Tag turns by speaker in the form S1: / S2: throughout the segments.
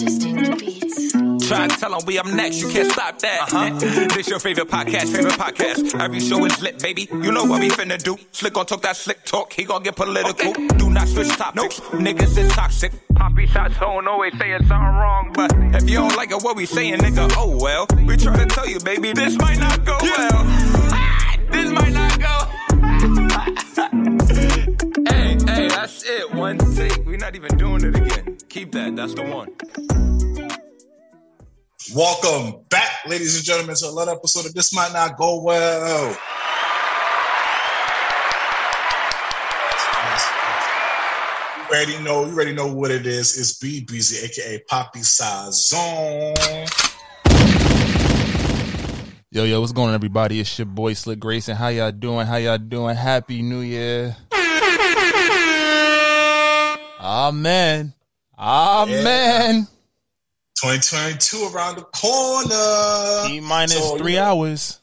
S1: Try to tell them we up next, you can't stop that. Uh-huh. This your favorite podcast, favorite podcast. Every show is lit, baby. You know what we finna do. Slick gon' talk that slick talk, he gon' get political. Do not switch topics, niggas is toxic. Poppy shots don't always say it's something wrong, but if you don't like it, what we saying, nigga, oh well. We try to tell you, baby, this might not go well. Ah, this might not go. hey, hey, that's it. One take. We're not even doing it again. Keep that. That's the one.
S2: Welcome back, ladies and gentlemen, to another episode of This Might Not Go Well. You already know, you already know what it is. It's B Breezy, aka Poppy Size Zone.
S3: Yo, yo, what's going on, everybody? It's your boy Slick Grayson. How y'all doing? How y'all doing? Happy New Year. Amen. Amen.
S2: 2022 around the corner.
S3: T minus
S2: So,
S3: three
S2: you know,
S3: hours.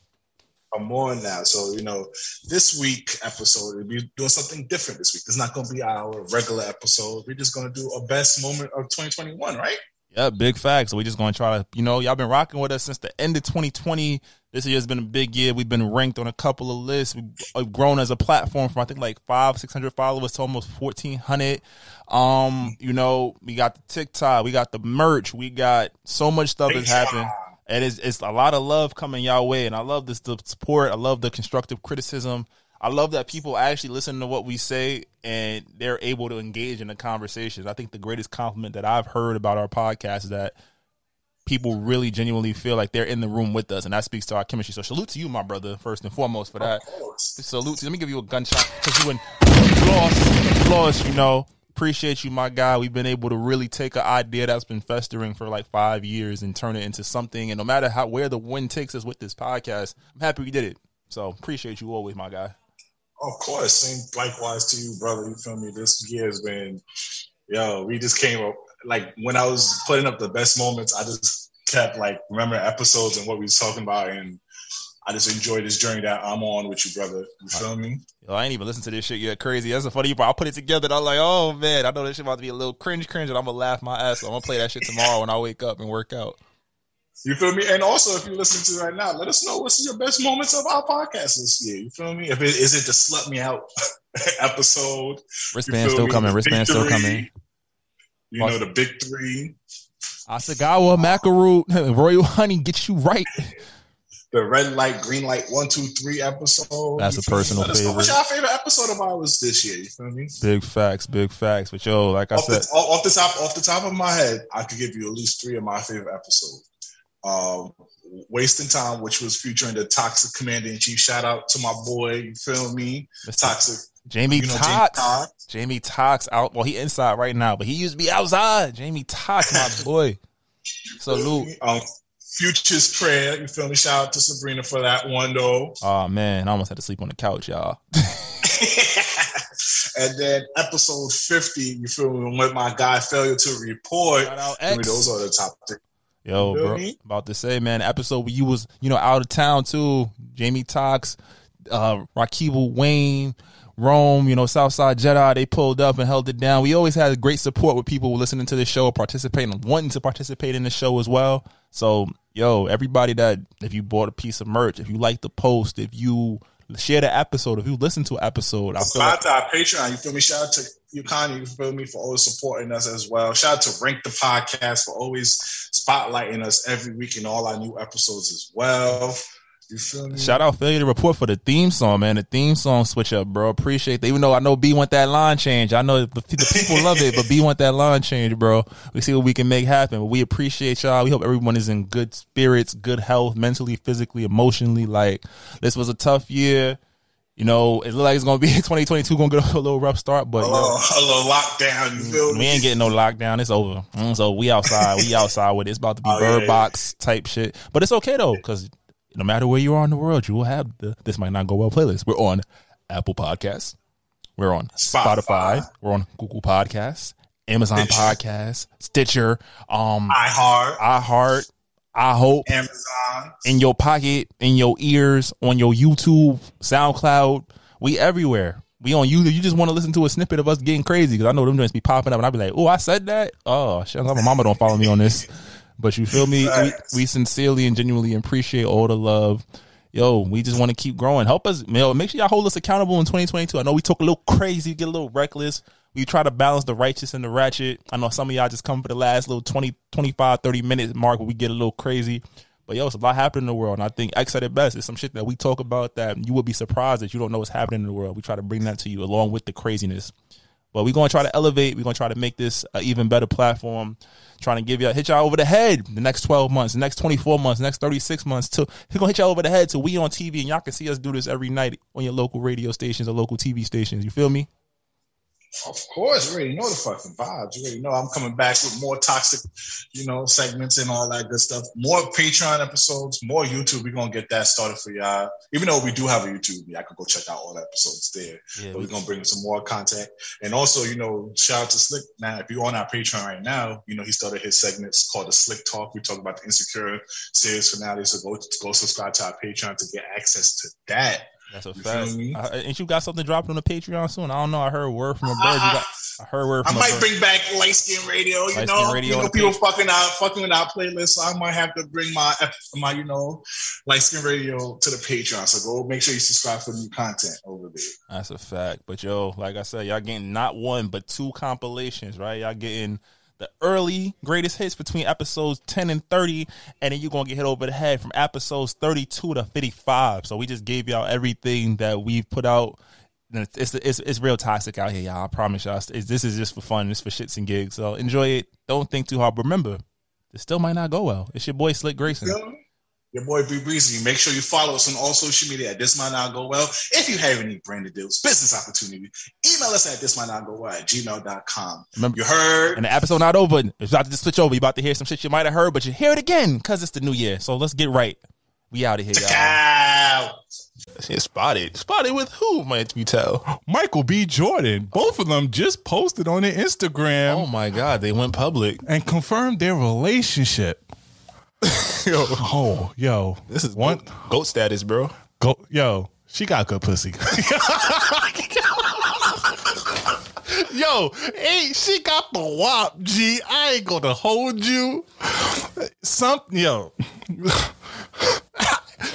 S2: I'm on now. So, you know, this week episode, we'll be doing something different this week. It's not going to be our regular episode. We're just going to do a best moment of 2021, right?
S3: Yeah, big facts. we just gonna try to, you know, y'all been rocking with us since the end of 2020. This year's been a big year. We've been ranked on a couple of lists. We've uh, grown as a platform from I think like five, six hundred followers to almost fourteen hundred. Um, you know, we got the TikTok, we got the merch, we got so much stuff that's happened. and it's, it's a lot of love coming y'all way and i love this the support i love the constructive criticism i love that people actually listen to what we say and they're able to engage in the conversations i think the greatest compliment that i've heard about our podcast is that people really genuinely feel like they're in the room with us and that speaks to our chemistry so salute to you my brother first and foremost for that salute to let me give you a gunshot because you in applause applause you know appreciate you my guy we've been able to really take an idea that's been festering for like five years and turn it into something and no matter how where the wind takes us with this podcast i'm happy we did it so appreciate you always my guy
S2: Of course, and likewise to you, brother. You feel me? This year has been, yo. We just came up like when I was putting up the best moments. I just kept like remembering episodes and what we was talking about, and I just enjoy this journey that I'm on with you, brother. You feel me?
S3: Yo, i ain't even listened to this shit yet crazy that's the funny part i put it together and i'm like oh man i know this shit about to be a little cringe cringe and i'm gonna laugh my ass off i'm gonna play that shit tomorrow when i wake up and work out
S2: You feel me? And also, if you listen to it right now, let us know what's your best moments of our podcast this year. You feel me? If it is it the slut me out episode,
S3: wristband
S2: feel
S3: still
S2: me?
S3: coming
S2: The
S3: wristband still
S2: victory.
S3: coming
S2: you know the big three,
S3: asagawa macaroon royal honey get you right
S2: the red light, green light, one, two, three episode.
S3: That's
S2: You
S3: a
S2: feel me?
S3: personal
S2: Let us know What's
S3: favorite.
S2: your favorite episode of ours this year? You feel me?
S3: big facts big facts but yo like i
S2: Off
S3: said
S2: the, off, off the top, off the top of my head, I could give you at least three of my favorite episodes. Um, Wasting time, which was featuring the Toxic Commander in Chief. Shout out to my boy. You feel me?
S3: Mr.
S2: Toxic.
S3: Jamie
S2: You know, Jamie
S3: Tox.
S2: Toxx.
S3: Jamie Tox out. Well, he inside right now, but he used to be outside. Jamie Tox, my boy. Salute.
S2: Um, Future's prayer. You feel me? Shout out to Sabrina for that one though.
S3: Oh man, I almost had to sleep on the couch, y'all.
S2: and then episode fifty. You feel me? With my guy failure to report.
S3: Shout out
S2: I mean, those
S3: X.
S2: are the top three.
S3: Yo,
S2: You feel
S3: bro,
S2: me?
S3: about to say, man, the episode where you was, you know, out of town too. Jamie Tox, uh, Rakibel Wayne, Rome, you know, Southside Jedi, they pulled up and held it down. We always had great support with people listening to the show, participating, wanting to participate in the show as well. So, yo, everybody that, if you bought a piece of merch, if you like the post, if you share the episode, if you listen to an episode, I
S2: Shout
S3: feel like
S2: out to our Patreon. You feel me? Shout out to Yukani. You feel me? For always supporting us as well. Shout out to Rank the Podcast for always spotlighting us every week in all our new episodes as well. You feel me?
S3: Shout out failure to report for the theme song, man. The theme song switch up, bro. Appreciate that. Even though I know B want that line change, I know the, the people love it, but B want that line change, bro. We see what we can make happen. But we appreciate y'all. We hope everyone is in good spirits, good health, mentally, physically, emotionally. Like this was a tough year. You know, it look like it's gonna be 2022 gonna get a little rough start, but. yo,
S2: Hello, hello, lockdown. You feel me?
S3: Mm, we ain't getting no lockdown. It's over. Mm, so we outside. We outside with it. It's about to be
S2: Oh, yeah,
S3: bird
S2: yeah.
S3: box type shit. But it's okay though, because no matter where you are in the world, you will have the This Might Not Go Well playlist. We're on Apple Podcasts. We're on Spotify.
S2: Spotify.
S3: We're on Google Podcasts, Amazon
S2: Stitcher.
S3: Podcasts, Stitcher, um,
S2: iHeart,
S3: iHeart, I Hope,
S2: Amazon.
S3: in your pocket, in your ears, on your YouTube, SoundCloud. We everywhere. We we on you. You just want to listen to a snippet of us getting crazy because I know them joints be popping up, and I be like, "Oh, I said that." Oh, shit, my mama don't follow me on this, but you feel me? We, we sincerely and genuinely appreciate all the love. Yo, we just want to keep growing. Help us, yo. Make sure y'all hold us accountable in 2022. I know we talk a little crazy, get a little reckless. We try to balance the righteous and the ratchet. I know some of y'all just come for the last little 20, 25, 30 minutes mark where we get a little crazy. But yo, it's a lot happening in the world, and I think X at it best. It's some shit that we talk about that you would be surprised that you don't know what's happening in the world. We try to bring that to you along with the craziness. But we're gonna try to elevate. We're gonna try to make this an even better platform. Trying to give y'all hit y'all over the head the next twelve months, the next twenty four months, the next thirty six months. Till he's gonna hit y'all over the head till we on TV and y'all can see us do this every night on your local radio stations or local TV stations. You feel me?
S2: Of course, you already know the fucking vibes. You already know I'm coming back with more toxic, you know, segments and all that good stuff. More Patreon episodes, more YouTube. We're gonna get that started for y'all. Even though we do have a YouTube, y'all can go check out all the episodes there.
S3: Yeah,
S2: but
S3: we-
S2: we're gonna bring some more content. And also, you know, shout out to Slick. Now, if you're on our Patreon right now, you know he started his segments called the Slick Talk. We talk about the Insecure series finale. So go go subscribe to our Patreon to get access to that.
S3: That's a
S2: You
S3: fact.
S2: feel me?
S3: I, and you got something dropping on the Patreon soon. I don't know. I heard word from a bird. You got, I heard word
S2: I
S3: from a
S2: might
S3: bird.
S2: bring back light skin radio. You
S3: Light Skin
S2: know,
S3: Radio
S2: you know
S3: on the
S2: people
S3: page.
S2: fucking out, fucking with our playlist. So I might have to bring my, ep- my, you know, light skin radio to the Patreon. So go make sure you subscribe for new content over there.
S3: That's a fact. But yo, like I said, y'all getting not one but two compilations, right? Y'all getting the early greatest hits between episodes 10 and 30 and then you're gonna get hit over the head from episodes 32 to 55 so we just gave y'all everything that we've put out And it's, it's, it's real toxic out here y'all i promise y'all It's- this is just for fun it's for shits and gigs so enjoy it don't think too hard but remember it still might not go well it's your boy slick grayson
S2: You know? Your boy B Breezy. Make sure you follow us on all social media at This Might Not Go Well. If you have any branded deals, business opportunities, email us at this might not go well at gmail.com.
S3: Remember-
S2: You heard?
S3: And the episode not over. It's about to just switch over. You about to hear some shit you might have heard, but you hear it again because it's the new year. So let's get right. We out of here, y'all.
S2: Cow.
S3: It's spotted. Spotted with who, might we tell?
S4: Michael B. Jordan. Both of them just posted on their Instagram
S3: Oh my God, they went public.
S4: and confirmed their relationship.
S3: Yo,
S4: Oh, yo,
S3: this is
S4: one.
S3: one goat status, bro.
S4: Go, yo, she got good pussy. yo, Oh, hey, she got the wop. G, I ain't gonna hold you. Some, yo,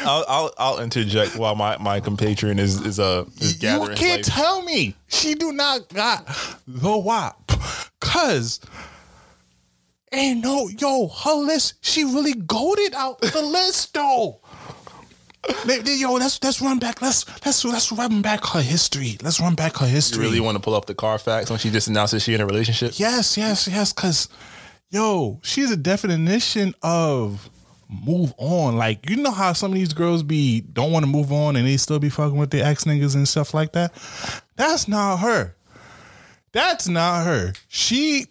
S3: I'll, I'll, I'll interject while my, my compatriot is is uh is
S4: you
S3: gathering. his
S4: can't
S3: life.
S4: tell me she do not got the wop, cause. Ain't no yo, her list. She really goaded out the list though. They- they- Yo, let's let's run back. Let's let's let's run back her history. Let's run back her
S3: you
S4: history.
S3: really want to pull up the Carfax when she just announces she in a relationship?
S4: Yes, yes, yes. Cause yo, she's a definition of move on. Like you know how some of these girls be don't want to move on and they still be fucking with their ex niggas and stuff like that. That's not her. That's not her. She.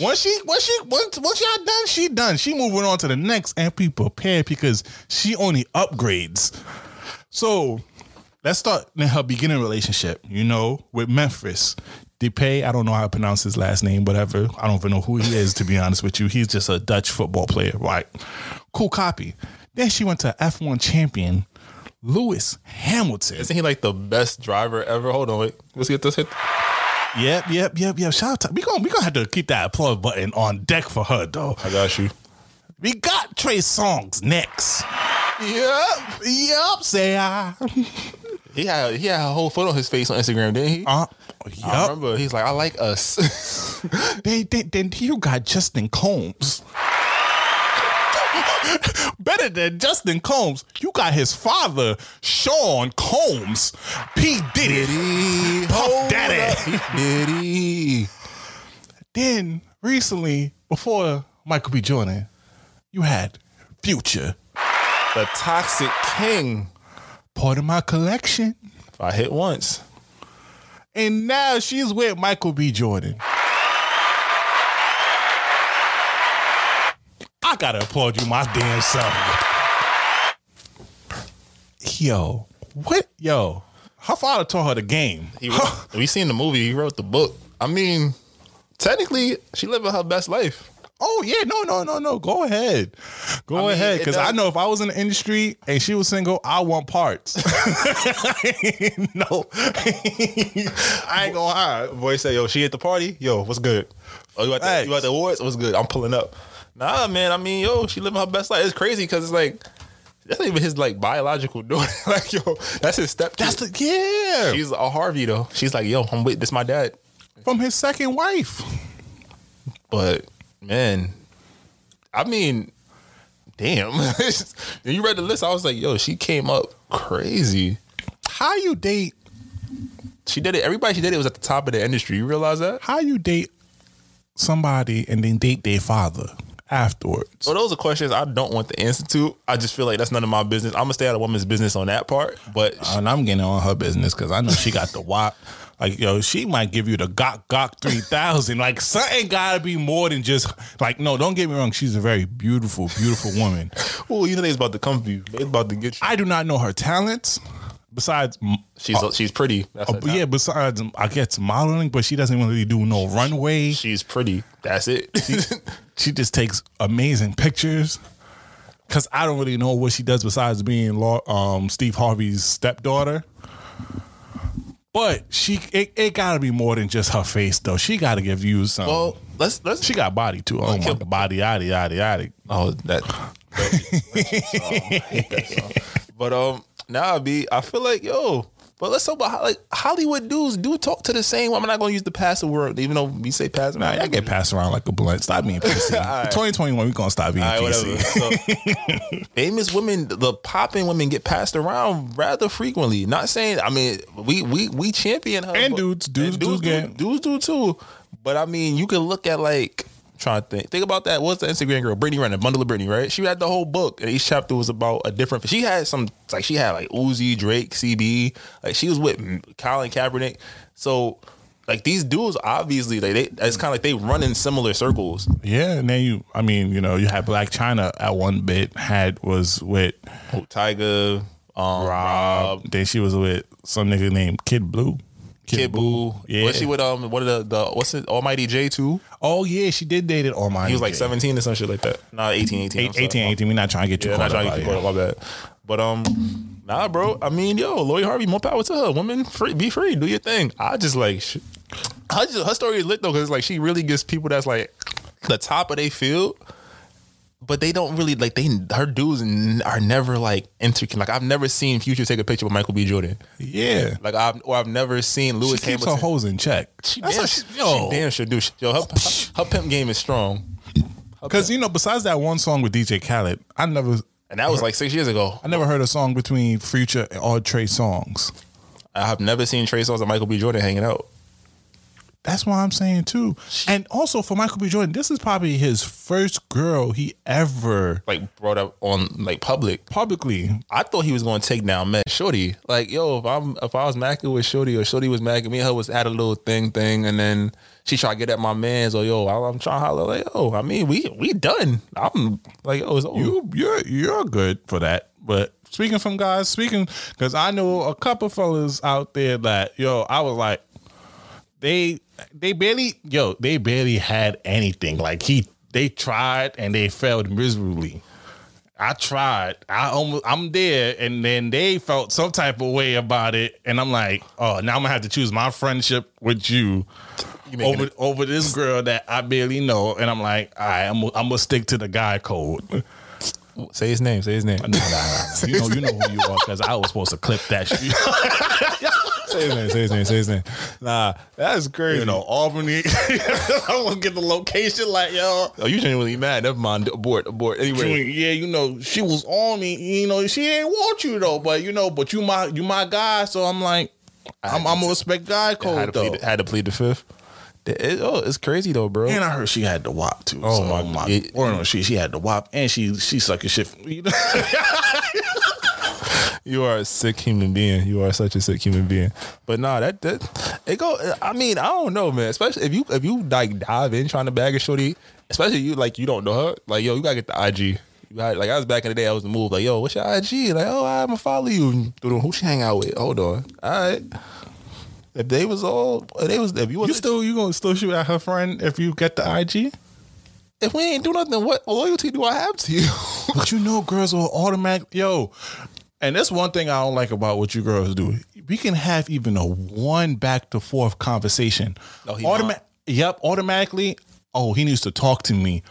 S4: Once she, once she, once once y'all done, she done. She moving on to the next, and be prepared because she only upgrades. So let's start in her beginning relationship, you know, with Memphis. Depay, I don't know how to pronounce his last name, whatever. I don't even know who he is, to be honest with you. He's just a Dutch football player, right? Cool copy. Then she went to F1 champion Lewis Hamilton.
S3: Isn't he like the best driver ever? Hold on, wait. Let's get this hit.
S4: Yep, yep, yep, yep. Shout out to we gonna we gonna have to keep that applause button on deck for her though.
S3: I got you.
S4: We got Trey Songs next. Yep, yep, say ah, I.
S3: He had he had a whole foot on his face on Instagram, didn't he?
S4: Uh,
S3: I
S4: yep.
S3: remember he's like, I like us.
S4: Then, then, then you got Justin Combs. Better than Justin Combs, you got his father, Sean Combs. P. Diddy.
S3: Diddy,
S4: Puff
S3: hold
S4: Daddy.
S3: up, Diddy.
S4: Then recently, before Michael B. Jordan, you had Future.
S3: The Toxic King.
S4: Part of my collection.
S3: If I hit once,
S4: And now she's with Michael B. Jordan. I gotta applaud you, my damn self. Yo, what? Yo, her father taught her the game.
S3: he wrote, we seen the movie. He wrote the book. I mean, technically, she living her best life.
S4: Oh yeah, no, no, no, no. Go ahead, go
S3: I mean,
S4: ahead.
S3: it
S4: Because I
S3: does-
S4: know if I was in the industry and she was single, I want parts. no,
S3: I ain't gonna hide. Boy say, yo, she at the party. Yo, what's good? Oh, you at the,
S4: Thanks.
S3: you at the awards? What's good? I'm pulling up. Nah, man. I mean, yo, she living her best life. It's crazy because it's like that's not even his like biological daughter. like, yo, that's his stepkid.
S4: that's the yeah
S3: She's a Harvey though. She's like, yo, I'm with this my dad.
S4: from his second wife.
S3: But man, I mean, damn. When you read the list, I was like, yo, she came up crazy.
S4: How you date?
S3: She did it. Everybody she did it was at the top of the industry. You realize that?
S4: How you date somebody and then date their father afterwards?
S3: So those are questions I don't want the answer to. I just feel like that's none of my business. I'm gonna stay out of woman's business on that part. But
S4: And I'm getting on her business because I know she got the wop. Like yo, she might give you the gok gok three thousand. Like something gotta be more than just like no. Don't get me wrong. She's a very beautiful, beautiful woman.
S3: oh, you know they's about to come for you. They's about to get you.
S4: I do not know her talents. Besides, m-
S3: She's she's pretty. That's
S4: uh,
S3: it.
S4: yeah, besides um, I guess modeling, but she doesn't really do no runway. She,
S3: she's pretty. That's it.
S4: just takes amazing pictures. Cause I don't really know what she does besides being Law, um, Steve Harvey's stepdaughter. But she, it, it gotta be more than just her face though. She gotta give you some.
S3: well, let's let's.
S4: she got body too. Oh my, the body, yaddy, yaddy, yaddy.
S3: Oh, that. but um, nah, B. I feel like yo. But let's talk about how, like Hollywood dudes do talk to the same. I'm not gonna use the passive word, even though we say passive.
S4: Nah, y'all get passed around like a blunt. Stop being PC. 2021, we gonna stop being
S3: All right,
S4: PC.
S3: whatever. So, famous women, the popping women get passed around rather frequently. Not saying, I mean, we we we champion her
S4: And
S3: but-
S4: dudes, dudes do get-
S3: dudes do too. But I mean, you can look at like I'm trying to think. Think about that. What's the Instagram girl? Brittany Renner, Bundle of Brittany, right? She had the whole book, and each chapter was about a different. She had some like she had like Uzi, Drake, CB. Like she was with Colin Kaepernick. So. Like these dudes, obviously, like they, it's kind of like they run in similar circles.
S4: Yeah, and then you, I mean, you know, you had Black China at one bit had was with
S3: Tiger, um,
S4: Rob. Then she was with some nigga named Kid Blue.
S3: Kid Boo.
S4: Yeah.
S3: Was she with um one of the, the what's it Almighty J two?
S4: Oh yeah, she did date it. Oh my,
S3: He was like seventeen or some shit like that. Nah, 18, 18. I'm sorry.
S4: 18, 18. We're not trying to get you
S3: Yeah, not
S4: caught
S3: trying to
S4: up
S3: get
S4: out
S3: caught
S4: here.
S3: up. My bad. But um, nah, bro. I mean, yo, Lori Harvey, more power to her. Woman, free, be free, do your thing. I just like, sh- I just her story is lit though because like she really gets people that's like the top of their field. But they don't really like they her dudes n- are never like interconnected. Like I've never seen Future take a picture with Michael B. Jordan.
S4: Yeah,
S3: Like I've or I've never seen
S4: she
S3: Lewis
S4: keeps
S3: Hamilton.
S4: her hoes in check.
S3: She
S4: That's
S3: damn,
S4: what
S3: she,
S4: she, yo,
S3: damn sure do. She- Yo, her, her, her pimp game is strong,
S4: because you know, besides that one song with DJ Khaled, I never,
S3: and that was like six years ago.
S4: I never heard a song between Future or Trey songs.
S3: I have never seen Trey Songz and Michael B. Jordan hanging out.
S4: That's what I'm saying too. And also for Michael B. Jordan, this is probably his first girl he ever
S3: Like brought up on like public.
S4: publicly
S3: I thought he was going to take down Matt Shorty. Like yo, if I'm if I was macking with Shorty or Shorty was macking me, and her was at a little thing thing, and then she tried to get at my man's. Or yo, I'm trying to holler like yo. I mean, we we done. I'm like yo, it's over.
S4: you you're you're good for that. But speaking from guys, speaking because I know a couple fellas out there that yo, I was like, they they barely yo, they barely had anything. Like he they tried and they failed miserably. I tried. I almost I'm there, and then they felt some type of way about it, and I'm like, oh, now I'm gonna have to choose my friendship with you
S3: making
S4: over over this girl that I barely know, and I'm like, all right, I'm I'm gonna stick to the guy code.
S3: Say his name. Say his name.
S4: Nah, nah, nah. You know, you know who you are because I was supposed to clip that shit.
S3: say his name. Say his name. Say his name. Nah, that's crazy.
S4: You know, Albany. I want to get the location. Like, yo,
S3: Oh, you genuinely mad? Never mind. Abort. Abort.
S4: you-
S3: Anyway,
S4: yeah, you know, she was on me. You know, she didn't want you though, but you know, but you my you my guy, so I'm like, I'm, I'm gonna respect guy
S3: had, to
S4: code though.
S3: plead, had to plead the fifth. The- it- oh, it's crazy though, bro.
S4: And I heard she had the wop too. Oh
S3: my-
S4: my, my
S3: it-
S4: or no, she she had the wop and she she sucking shit. From, you know?
S3: you are a sick human being. You are such a sick human being. But nah, that that it go. I mean, I don't know, man. Especially if you if you like dive in trying to bag a shorty, especially you like you don't know her. Like yo, you gotta get the IG. You got like I was back in the day. I was the move like yo, what's your IG? Like oh, I'm gonna follow you. Who she hang out with? Hold on. All right. If they was all, if they was if you was
S4: you still you gonna still shoot at her friend if you get the IG?
S3: if we ain't do nothing, what loyalty do I have to you?
S4: But you know, girls will automatic yo. And that's one thing I don't like about what you girls do. We can have even a one back to forth conversation.
S3: No, he
S4: Automa- yep, automatically. Oh, he needs to talk to me.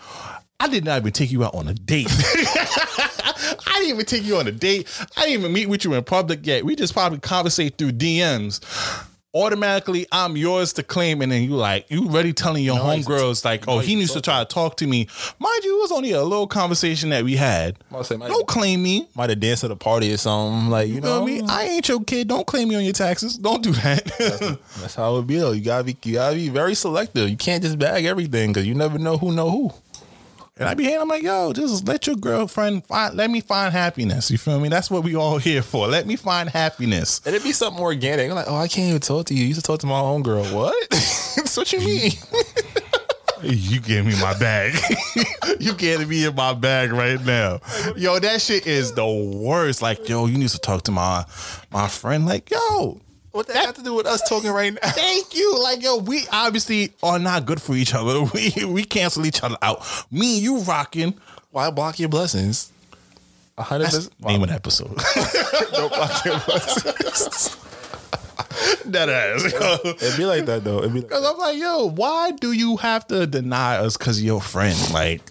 S4: I did not even take you out on a date. I didn't even take you on a date. I didn't even meet with you in public yet. We just probably conversate through DMs. Automatically, I'm yours to claim, and then you like you already telling your
S3: he's-
S4: homegirls like, oh, he needs to try to talk to me. Mind you, it was only a little conversation that we had.
S3: Might say, might-
S4: Don't claim me.
S3: Might have danced at a party or something. Like you,
S4: You know what I mean? I ain't your kid. Don't claim me on your taxes. Don't do that.
S3: That's how it be though. You gotta be you gotta be very selective. You can't just bag everything because you never know who know who.
S4: and I be here. I'm like, yo, just let your girlfriend find. Let me find happiness. You feel me? That's what we all here for. Let me find happiness.
S3: And it'd be something organic. I'm like, oh, I can't even talk to you. You used to talk to my own girl. What? That's what you mean.
S4: You give me my bag. you can't be in my bag right now. Yo, that shit is the worst. Like, yo, you need to talk to my my friend. Like, yo,
S3: What that have to do with us talking right now?
S4: thank you. Like, yo, we obviously are not good for each other. We we cancel each other out. Me, and you rocking.
S3: Why block your blessings? A hundred
S4: That's
S3: percent.
S4: the name of the episode.
S3: Don't block your blessings.
S4: that ass.
S3: It'd be like that though. It'd be like,
S4: Cause I'm like, yo, why do you have to deny us? Cause you're your friend, like,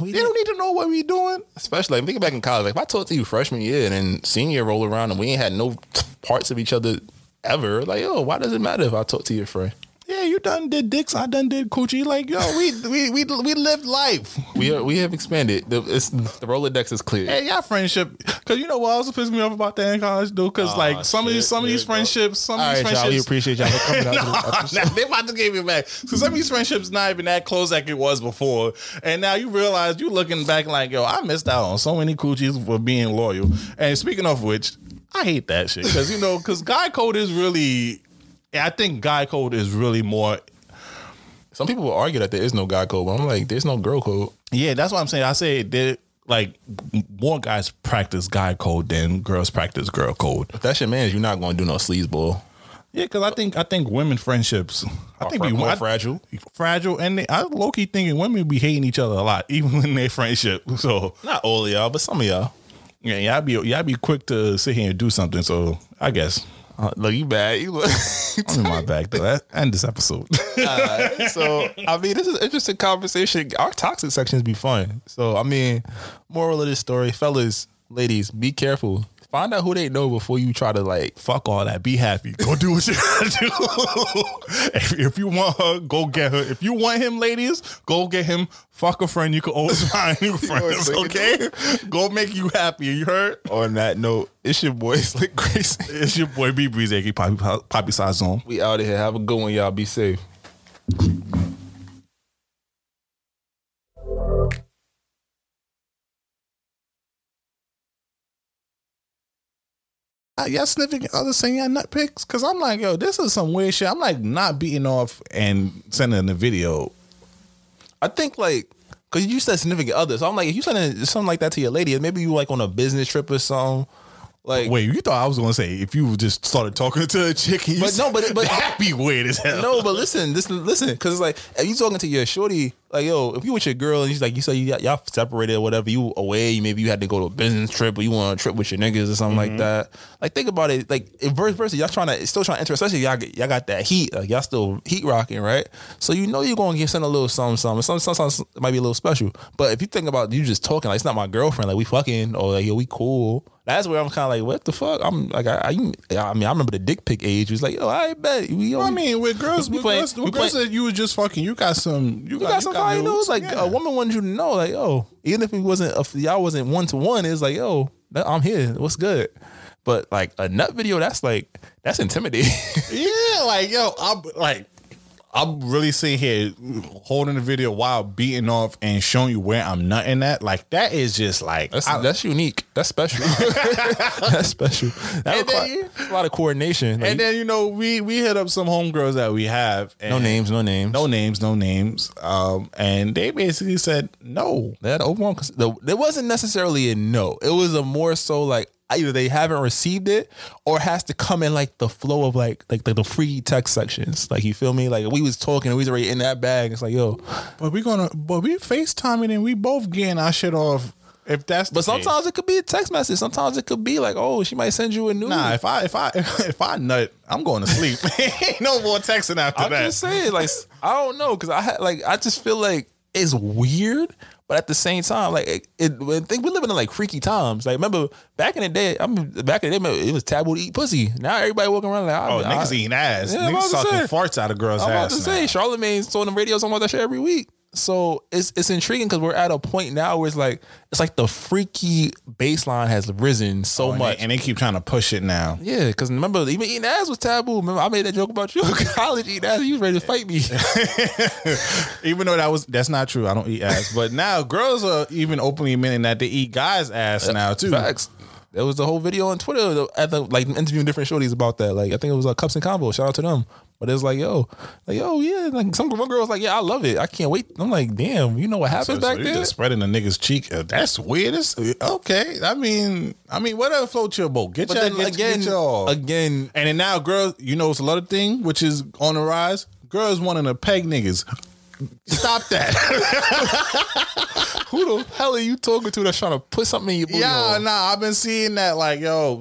S4: they don't need to know what we doing.
S3: especially like, thinking back in college. Like if I talked to you freshman year and then senior year roll around and we ain't had no t- parts of each other ever. Like yo, why does it matter if I talk to your friend?
S4: Yeah, you done did dicks. I done did coochie. Like, yo, we we we we lived life.
S3: We are, we have expanded. The, it's, the Rolodex is clear.
S4: Hey, y'all friendship. Cause you know what else pissed me off about that in college, dude? Cause like some of
S3: shit.
S4: these some of
S3: Here
S4: these
S3: it go.
S4: friendships, some
S3: All
S4: of these
S3: right, y'all.
S4: friendships.
S3: We appreciate y'all for coming out. to the episode.
S4: Nah, they about to give you back. So some of these friendships not even that close like it was before. And now you realize you looking back like, yo, I missed out on so many coochies for being loyal. And speaking of which, I hate that shit. Cause you know, cause guy code is really I think guy code is really more
S3: Some people will argue that there is no guy code, but I'm like, there's no girl code.
S4: Yeah, that's what I'm saying. I say that like more guys practice guy code than girls practice girl code.
S3: If that's your man, you're not going to do no sleazeball.
S4: Yeah, because I think I think women friendships I think
S3: fra-
S4: we
S3: more
S4: I-
S3: fragile.
S4: fragile, and they, I low key thinking women be hating each other a lot, even in their friendship. So
S3: Not all of y'all, but some of y'all.
S4: yeah, y'all be y'all be quick to sit here and do something. So I guess
S3: Uh, look, you bad. You look.
S4: I'm in my bag though. That, end this episode.
S3: so I mean, this is an interesting conversation. Our toxic sections be fun. So I mean, moral of this story, fellas, ladies, be careful. Find out who they know before you try to like.
S4: Fuck all that. Be happy. Go do what you gotta do. if, if you want her, go get her. If you want him, ladies, go get him. Fuck a friend. You can always find new friends.
S3: thinking-
S4: Okay. go make you happy. You heard?
S3: On that note, it's your boy Slick Grayson.
S4: It's your boy B Breeze, aka Poppy Poppy Size Zone.
S3: We out of here. Have a good one, y'all. Be safe.
S4: Uh, y'all sniffing other saying y'all nut pics? Cause I'm like, yo, this is some weird shit. I'm like not beating off and sending a video.
S3: I think like because you said significant other, so I'm like, if you sending something like that to your lady, maybe you like on a business trip or something. Like,
S4: Wait, you thought I was gonna say if you just started talking to a chick and you
S3: But no, but- but-
S4: that'd be weird as hell.
S3: No, but listen, listen, listen, because like if you talking to your shorty, like yo, if you with your girl and she's like, you say you, y'all separated or whatever, you away, maybe you had to go to a business trip or you want a trip with your niggas or something like
S4: Mm-hmm.
S3: that. Like think about it, like if verse versa, y'all trying to still trying to enter, especially y'all get- y'all got that heat, like y'all still heat rocking, right? So you know you're gonna get sent a little something, something. Some sometimes it might be a little special, but if you think about you just talking, like it's not my girlfriend, like we fucking or like yo, we cool. That's where I'm kind of like, what the fuck? I'm like, I, I, you- I mean, I remember the dick pic age. It was like, yo, I bet we. yo,
S4: I
S3: we-
S4: mean, with girls,
S3: We
S4: with
S3: play-
S4: girls, with
S3: we
S4: girls
S3: play-
S4: that you were just fucking, you got some,
S3: You
S4: you,
S3: got some fine news. Like a woman wanted you to know, like, oh, even if it wasn't, if y'all wasn't one to one, it's like, yo, that- I'm here. What's good? But like a nut video, that's like that's intimidating.
S4: yeah, like yo, I'm like, I'm really sitting here holding the video while beating off and showing you where I'm nutting at. Like that is just like,
S3: That's
S4: I-
S3: that's unique. That's special. that's special. That
S4: And then
S3: requires-
S4: you-
S3: that's a lot of coordination. Like,
S4: and then you know we we hit up some homegirls that we have. And
S3: no names, no names.
S4: no names, no names. Um, and they basically said no.
S3: That overall, cons- the, there wasn't necessarily a no. It was a more so like either they haven't received it or it has to come in like the flow of like like the, the free text sections. Like you feel me? Like we was talking and we was already in that bag. It's like yo,
S4: But we gonna but we FaceTiming and we both getting our shit off. If that's the
S3: but
S4: case.
S3: sometimes it could be a text message. Sometimes it could be like oh she might send you a new.
S4: Nah, if I if I if I nut, I'm going to sleep. Ain't no more texting after
S3: I'm
S4: that.
S3: just saying, like I don't know, because I had like I just feel like it's weird, but at the same time, like it, it I think we're living in like freaky times. Like remember back in the day, I'm back in the day, man, it was taboo to eat pussy. Now everybody walking around like I,
S4: oh,
S3: I,
S4: niggas eating ass.
S3: Yeah, I'm
S4: niggas
S3: about to
S4: sucking
S3: say.
S4: farts out of girls'
S3: I'm about
S4: ass.
S3: to
S4: now.
S3: say Charlemagne's on the radio talking about that shit every week. So it's it's intriguing because we're at a point now where it's like it's like the freaky baseline has risen so
S4: Oh, and,
S3: much.
S4: They, and they keep trying to push it now.
S3: yeah, because remember, even eating ass was taboo. Remember, I made that joke about you in college eating ass. You was ready to fight me.
S4: Even though that was that's not true. I don't eat ass. but now girls are even openly admitting that they eat guys' ass now too.
S3: Uh, Facts. There was a whole video on Twitter the- at the like interviewing different shorties about that. Like I think it was like Cups and Combo. Shout out to them. But it's like yo, like yo, yeah. Like some one girl's like, yeah, I love it. I can't wait. I'm like, damn, you know what happens
S4: So
S3: back
S4: you
S3: there?
S4: just spreading a nigga's cheek. Uh, That's weird. It's- uh, okay. I mean, I mean, whatever floats your boat. Get
S3: but
S4: your
S3: then
S4: get,
S3: again,
S4: get your
S3: again,
S4: And then now, girls, you know, it's another thing which is on the rise. Girls wanting to peg niggas. Stop that.
S3: who the hell are you talking to that's trying to put something in your booty
S4: yeah,
S3: hole?
S4: nah, I've been seeing that. Like, yo,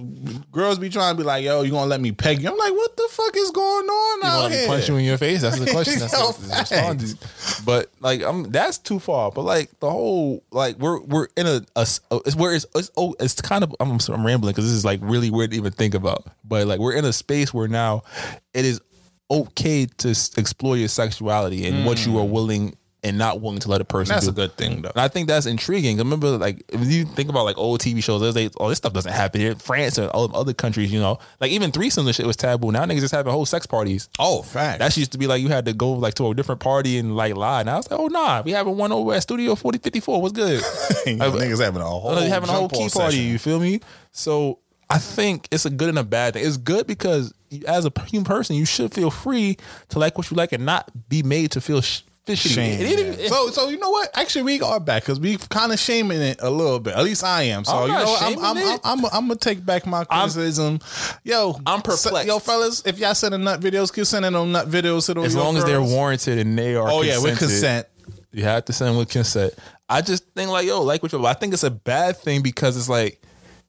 S4: girls be trying to be like, yo, you gonna let me peg you? I'm like, what the fuck is going on
S3: You
S4: out
S3: want me
S4: here?
S3: to punch you in your face? That's the question. That's
S4: Yo,
S3: what- that's what I'm
S4: facts.
S3: responding. But like, I'm that's too far. But like the whole like we're we're in a, a s- a- it's where it's, it's oh it's kind of I'm I'm rambling because this is like really weird to even think about. But like we're in a space where now it is okay to s- explore your sexuality and what you are willing and not willing to let a person.
S4: Mm. That's
S3: do.
S4: a good thing, though.
S3: And I think that's intriguing. Remember, like if you think about like old TV shows, there's they all this stuff doesn't happen here. France or all other countries, you know, like even threesomes and shit was taboo. Now niggas just having whole sex parties.
S4: Oh, fact.
S3: That shit used to be like you had to go like to a different party and like lie. Now it's like, oh nah, we having one over at Studio Forty Fifty Four. What's good?
S4: You know, niggas having a whole
S3: Like, Oh, having a whole key party. You feel me? So I think it's a good and a bad thing. It's good because you, as a human person, you should feel free to like what you like and not be made to feel sh- fishy.
S4: Shame.
S3: It ain't even-
S4: So, so you know what? Actually, we are back because we kind of shaming it a little bit. At least I am. So
S3: I'm
S4: you
S3: not
S4: know, I'm
S3: shaming
S4: I'm, I'm,
S3: it.
S4: I'm, I'm gonna take back my criticism. yo,
S3: I'm perplexed.
S4: yo, fellas, if y'all sending nut videos, keep sending them nut videos to those.
S3: as
S4: your
S3: long as they're
S4: girls.
S3: warranted and they are.
S4: Oh yeah, with
S3: consented.
S4: consent.
S3: You have to send with consent. I just think like yo, like what you. I think it's a bad thing because it's like,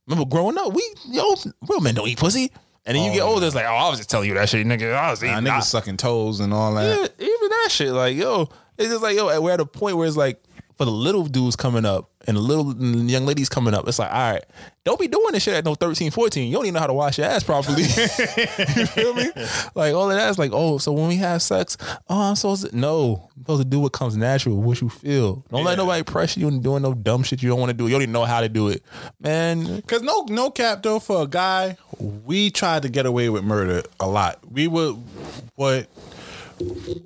S3: remember growing up, we yo real men don't eat pussy, and then you get older, it's like oh I was just telling you that shit, nigga. I was
S4: Nah,
S3: eating.
S4: niggas
S3: I-
S4: sucking toes and all that.
S3: yeah, even that shit, like yo, it's just like yo, we're at a point where it's like for the little dudes coming up and the little and the young ladies coming up, it's like all right, don't be doing this shit at no 13, 14. You don't even know how to wash your ass properly. you feel me? Like all of that's like oh, so when we have sex, oh I'm supposed to no, I'm supposed to do what comes natural, what you feel. Don't let nobody pressure you into doing no dumb shit you don't want to do. You don't even know how to do it, man.
S4: Cause no no cap though for a guy, we tried to get away with murder a lot. We would what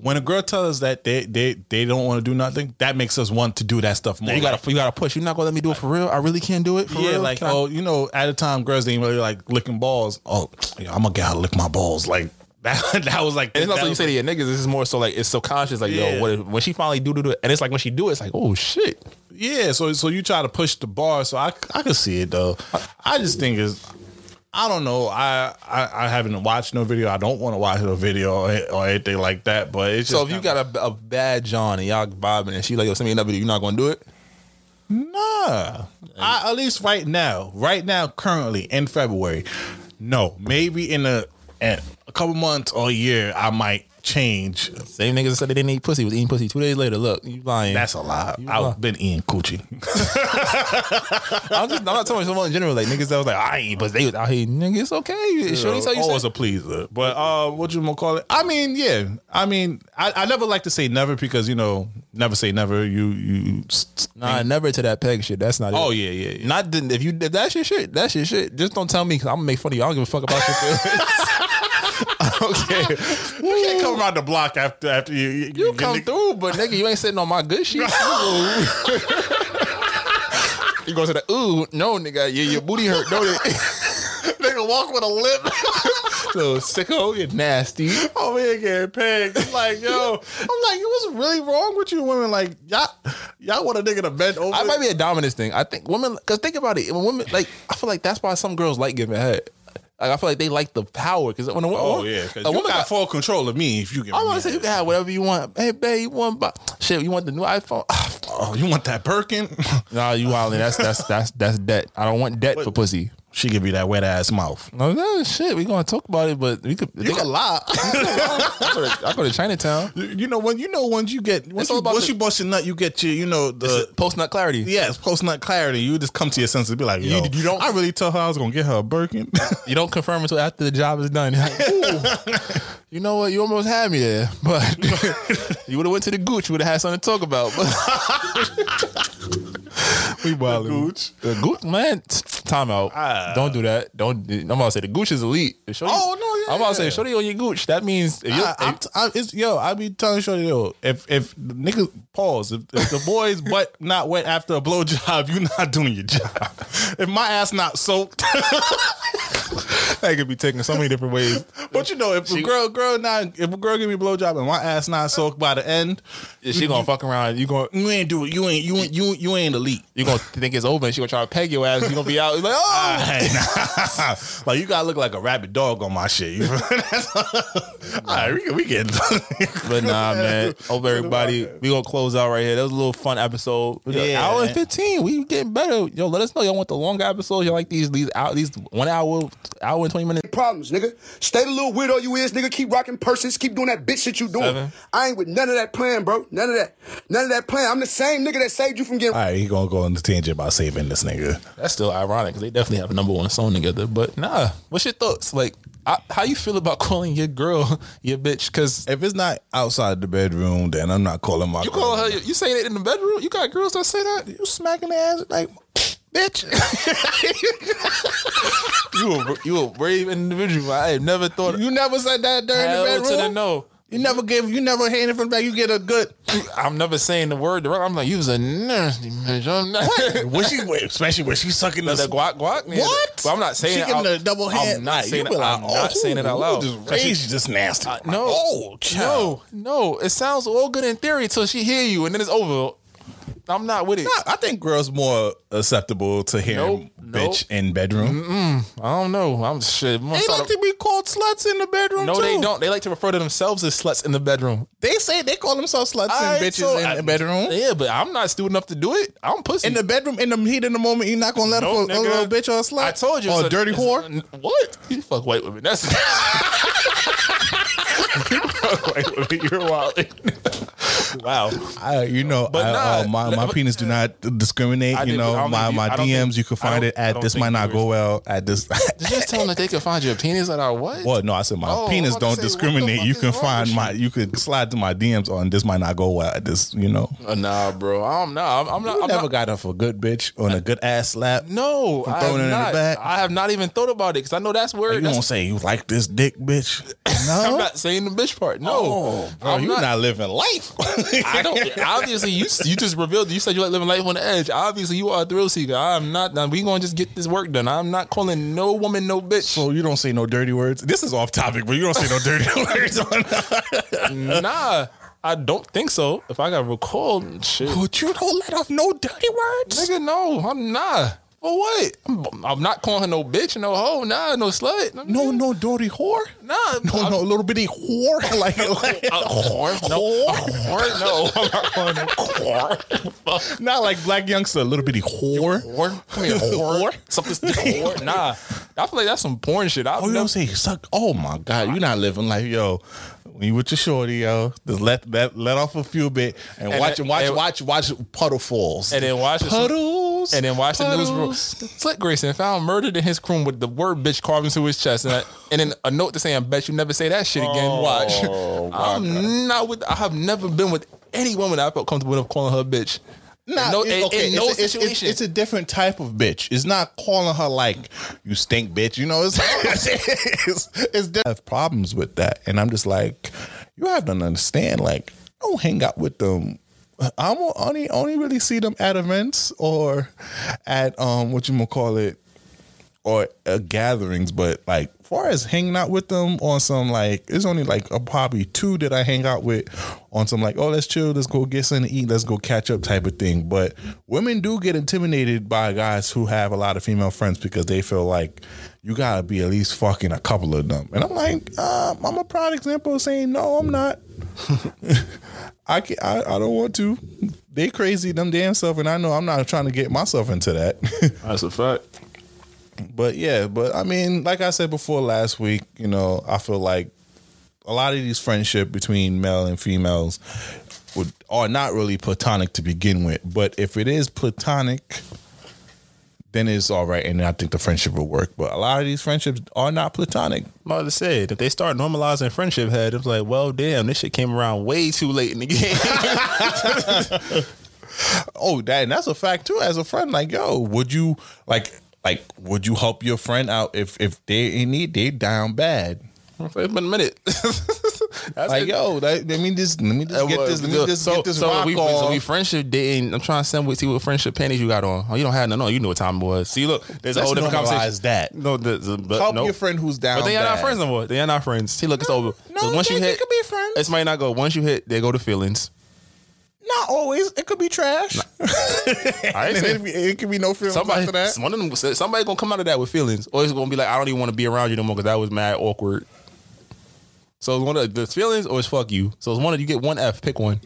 S4: when a girl tells us that they they they don't want to do nothing, that makes us want to do that stuff more.
S3: You gotta you gotta push. You're not gonna let me do it for real. I really can't do it for
S4: yeah,
S3: real.
S4: like
S3: Can I-
S4: oh, you know, at a time girls they ain't really like licking balls. Oh, yeah, I'm gonna get her to lick my balls. Like that that was like
S3: And it's not
S4: that
S3: so you
S4: was-
S3: say to your niggas. This is more so like it's subconscious. Like
S4: Yeah.
S3: yo, what if, when she finally do do do, it, and it's like when she do, it, it's like oh shit.
S4: Yeah, so so you try to push the bar. So I I could see it though. I just think is I don't know. I, I I haven't watched no video. I don't want to watch no video or, or anything like that. But it's just
S3: So if you got a, a bad John and y'all vibing, and she like yo, send me another video. You're not gonna do it.
S4: nah. I, at least right now, right now, currently in February, no. Maybe in a in a couple months or a year, I might change.
S3: Same niggas that said they didn't eat pussy was eating pussy two days later. Look, you lying.
S4: That's a lot.
S3: You lie.
S4: I've been eating coochie.
S3: I'm just I'm not talking someone in general. Like niggas that was like I ain't, eat pussy. they was out here. Nigga, it's okay. oh, It's sure, how you
S4: always
S3: say.
S4: a pleaser. But uh, what you gonna call it? I mean, yeah. I mean, I, I never like to say never because you know, never say never. You you.
S3: Nah, never to that peg shit. That's not. it.
S4: Oh yeah, yeah, yeah.
S3: Not the, if you if that's your shit, that's your shit. Just don't tell me because I'm gonna make fun of you. I don't give a fuck about your feelings. okay,
S4: You can't come around the block after after you. You,
S3: You
S4: get
S3: come
S4: nick-
S3: through, but nigga, you ain't sitting on my good shit. you gonna say that? Ooh, no, nigga, yeah, your booty hurt, don't it?
S4: Nigga walk with a lip.
S3: little sicko, you're nasty.
S4: over here getting pegged. It's like, yo, I'm like, what's really wrong with you women? Like, y'all, y'all want a nigga to bend over?
S3: I might be a dominance thing. I think women, because think about it, when women like, I feel like that's why some girls like giving head. Like I feel like they like the power because when a woman,
S4: oh yeah, 'cause
S3: a
S4: you
S3: woman
S4: got,
S3: got
S4: full control of me if you get.
S3: I want to say you can have whatever you want. Hey, babe, you want bu- shit? You want the new iPhone?
S4: Oh, you want that Birkin?
S3: nah, you wilding. That's that's that's that's debt. I don't want debt for pussy.
S4: she give you that wet ass mouth.
S3: No, no shit. We gonna talk about it, but we could.
S4: You can lie.
S3: I, go to, I go to Chinatown.
S4: you know when you know once you get once,
S3: It's
S4: you,
S3: all about
S4: once
S3: the-
S4: you bust your nut, you get your you know the
S3: Post nut clarity.
S4: yes post nut clarity. You just come to your senses, and be like, yo,
S3: you don't-
S4: I really tell her I was gonna get her a Birkin.
S3: You don't confirm until after the job is done. You're like, "Ooh, you know what? You almost had me there, but you would have went to the gooch. You would have had something to talk about. But we wilding. The gooch, the gooch, man. t- Time out. don't do that. Don't. I'm about to say the gooch is elite. If shorty-
S4: Ah. Oh, no, yeah,
S3: I'm about to say
S4: yeah.
S3: if shorty on your gooch. That means if you.
S4: I, I'm
S3: if-
S4: t- I, it's, yo, I be telling Shorty, yo, if if the nigga pause, if, if the boy's butt not wet after a blowjob, you not doing your job. If my ass not soaked,
S3: that could be taken so many different ways.
S4: but you know, if a girl girl not if a girl give me a blowjob and my ass not soaked by the end,
S3: She gonna fuck around. You gonna
S4: you ain't do it. You ain't you ain't you you ain't elite.
S3: you gonna think it's over. and She gonna try to peg your ass. You gonna be out. Like oh.
S4: like you gotta look like a rabid dog on my shit. You All right, we can we can.
S3: But nah, man. Hope everybody, we gonna close out right here. That was a little fun episode. We got an
S4: Yeah.
S3: hour and fifteen. We getting better. Yo, let us know y'all want the longer episodes. Y'all like these these out these one hour, hour and twenty minutes.
S5: problems, nigga. Stay the little weirdo you is, nigga. Keep rocking purses. Keep doing that bitch shit you doing.
S3: Seven.
S5: I ain't with none of that plan, bro. None of that. None of that plan. I'm the same nigga that saved you from getting.
S4: All right, he gonna go on the tangent about saving this nigga.
S3: That's still ironic because they definitely have a number one song together. But nah, what's your thoughts? Like, I, how you feel about calling your girl your bitch? Because
S4: If it's not outside the bedroom, then I'm not calling my.
S3: you call her, you saying it in the bedroom. You got girls that say that. You smacking the ass like. Bitch, you a you a brave individual. I had never thought.
S4: You never said that during
S3: Hell
S4: the
S3: to
S4: bedroom.
S3: the no.
S4: You never give. You never handed from the back. You get a good.
S3: I'm never saying the word. direct. I'm like, you was a nasty bitch. I'm not.
S4: when she, especially when she's sucking
S3: The guac guac. yeah,
S4: What?
S3: But I'm not saying
S4: she
S3: it.
S4: getting
S3: out-
S4: a double hand.
S3: I'm not
S4: You
S3: saying it.
S4: be like,
S3: I'm not
S4: oh,
S3: saying it out
S4: you
S3: loud.
S4: Just
S3: Cause she-
S4: raised, just nasty. Like,
S3: No.
S4: oh, child.
S3: no, no. It sounds all good in theory until she hear you, and then it's over. I'm not with it.
S4: I- I think girls more acceptable to hearing
S3: Nope,
S4: bitch in bedroom.
S3: I don't know. I'm shit. I'm gonna
S4: They
S3: start
S4: like
S3: a-
S4: to be called sluts in the bedroom.
S3: no,
S4: too.
S3: they don't. They like to refer to themselves as sluts in the bedroom.
S4: They say they call themselves sluts
S3: Alright,
S4: and bitches
S3: so
S4: in
S3: I-
S4: the bedroom.
S3: Yeah, but I'm not stupid enough to do it. I'm pussy.
S4: in the bedroom, in the heat of the moment, you're not gonna let
S3: Nope,
S4: a, a little
S3: nigga.
S4: bitch or a slut.
S3: I told you.
S4: or
S3: it's
S4: a dirty
S3: it's
S4: whore.
S3: n- What? You fuck white women. That's. You fuck white women. You're wild. wow.
S4: I, you know,
S3: But
S4: I,
S3: nah,
S4: uh, my,
S3: li-
S4: my
S3: but-
S4: penis do not discriminate.
S3: I
S4: you
S3: did- I
S4: know,
S3: don't
S4: my,
S3: think you-
S4: my
S3: I don't
S4: DMs
S3: think-
S4: you can
S3: I
S4: find
S3: don't-
S4: it
S3: I
S4: at
S3: don't
S4: this
S3: think
S4: might not
S3: you
S4: go well at this.
S3: Did you just tell them that they can find your penis at our what?
S4: well, no, I said my
S3: Oh, I'm
S4: penis
S3: about to
S4: don't
S3: say, what the
S4: discriminate.
S3: fuck
S4: You
S3: is
S4: can
S3: wrong with
S4: find
S3: you?
S4: my, you could slide to my DMs on this might not go well at this. You know,
S3: Uh, Nah, bro. I'm not. I'm, I'm not.
S4: you
S3: I'm
S4: never
S3: not-
S4: got off a good bitch on a good ass slap.
S3: No, I
S4: throwing
S3: have
S4: it in the
S3: not.
S4: back.
S3: I have not even thought about it because I know that's where.
S4: you
S3: that's-
S4: don't say you like this dick, bitch.
S3: I'm
S4: No,
S3: not saying the bitch part. No,
S4: oh, bro,
S3: I'm
S4: you not, living life.
S3: I don't. Obviously, you you just revealed. You said you like living life on the edge. Obviously, you are a thrill seeker. I'm not. Now we gonna just get this work done. I'm not calling no woman no bitch.
S4: So you don't say no dirty words. This is off topic, but you don't say no dirty words. On
S3: nah, I don't think so. If I got recalled, shit.
S4: but you don't let off no dirty words.
S3: Nigga, no, I'm not. For what? I'm, I'm not calling her no bitch, no hoe, nah, no slut.
S4: No, no, dirty whore.
S3: nah,
S4: No,
S3: I'm-
S4: no, little bitty whore. Like, like
S3: Uh, A whore? No, a whore? No, I'm not calling her whore. Fuck.
S4: not like black youngster, little bitty whore.
S3: Whore? Come here, whore. Something whore? Nah, I feel like that's some porn shit. I've
S4: Oh, you
S3: never-
S4: don't say you suck. Oh my god, you not living like yo. When you with your shorty, yo, just let let, let off a few bit and,
S3: And
S4: watch
S3: then-
S4: watch
S3: and-
S4: watch watch puddle falls
S3: and then watch the-
S4: puddles
S3: and then watch the newsroom.
S4: puddles.
S3: Slick Grayson found murdered in his room with the word bitch carved into his chest, and, I, and then a note to say, "I bet you never say that shit again." Watch. I'm not with. I have never been with any woman I felt comfortable enough calling her bitch.
S4: Nah,
S3: no,
S4: it-
S3: in- in no
S4: it's, a- it's- it's-
S3: situation.
S4: It's, a different type of bitch. It's not calling her like you stink, bitch. You know, it's it's, it's di- I have problems with that, and I'm just like, you have to understand. Like, I don't hang out with them. I'm only only really see them at events or at um what you gonna call it or uh, gatherings, but like far as hanging out with them on some like it's only like a probably two that I hang out with on some like oh let's chill, let's go get something to eat, let's go catch up type of thing. But women do get intimidated by guys who have a lot of female friends because they feel like you gotta be at least fucking a couple of them. And I'm like, um, I'm a proud example of saying no, I'm not. I, can, I I don't want to. They crazy them damn self, and I know I'm not trying to get myself into that.
S3: That's a fact.
S4: But yeah, but I mean, like I said before last week, you know, I feel like a lot of these friendship between male and females would are not really platonic to begin with. But if it is platonic, then it's all right, and I think the friendship will work. But a lot of these friendships are not platonic.
S3: Like I said, if they start normalizing friendship head, it's like, well, damn, this shit came around way too late in the game.
S4: Oh, that and that's a fact too. As a friend, like yo, would you like like would you help your friend out if if they in need they down bad?
S3: it's been a minute. That's
S4: Like
S3: it.
S4: yo, like, let me just let me just
S3: Uh,
S4: get
S3: well,
S4: this let me just
S3: so,
S4: get this
S3: so
S4: rock
S3: we,
S4: off.
S3: So we friendship dating. I'm trying to send with see what friendship panties you got on. Oh, you don't have none on. You know what time it was. See, look, there's a
S4: Let's
S3: whole different
S4: normalize
S3: conversation.
S4: that.
S3: No, the, the, but
S4: Help
S3: no.
S4: your friend who's down.
S3: But they are
S4: bad.
S3: not friends no more. They are not friends. See, look, it's over.
S4: No,
S3: once you
S4: they- they
S3: hit,
S4: could be friends.
S3: It might not go. Once you hit, they go to feelings.
S4: Not always. It could be trash.
S3: I
S4: And
S3: ain't
S4: it,
S3: saying-
S4: be- it could be no feelings
S3: Somebody,
S4: after that.
S3: one of them, somebody gonna come out of that with feelings, or it's gonna be like, I don't even want to be around you no more because that was mad awkward. So it's one of the feelings, or it's fuck you. So it's one of you get one F, pick one.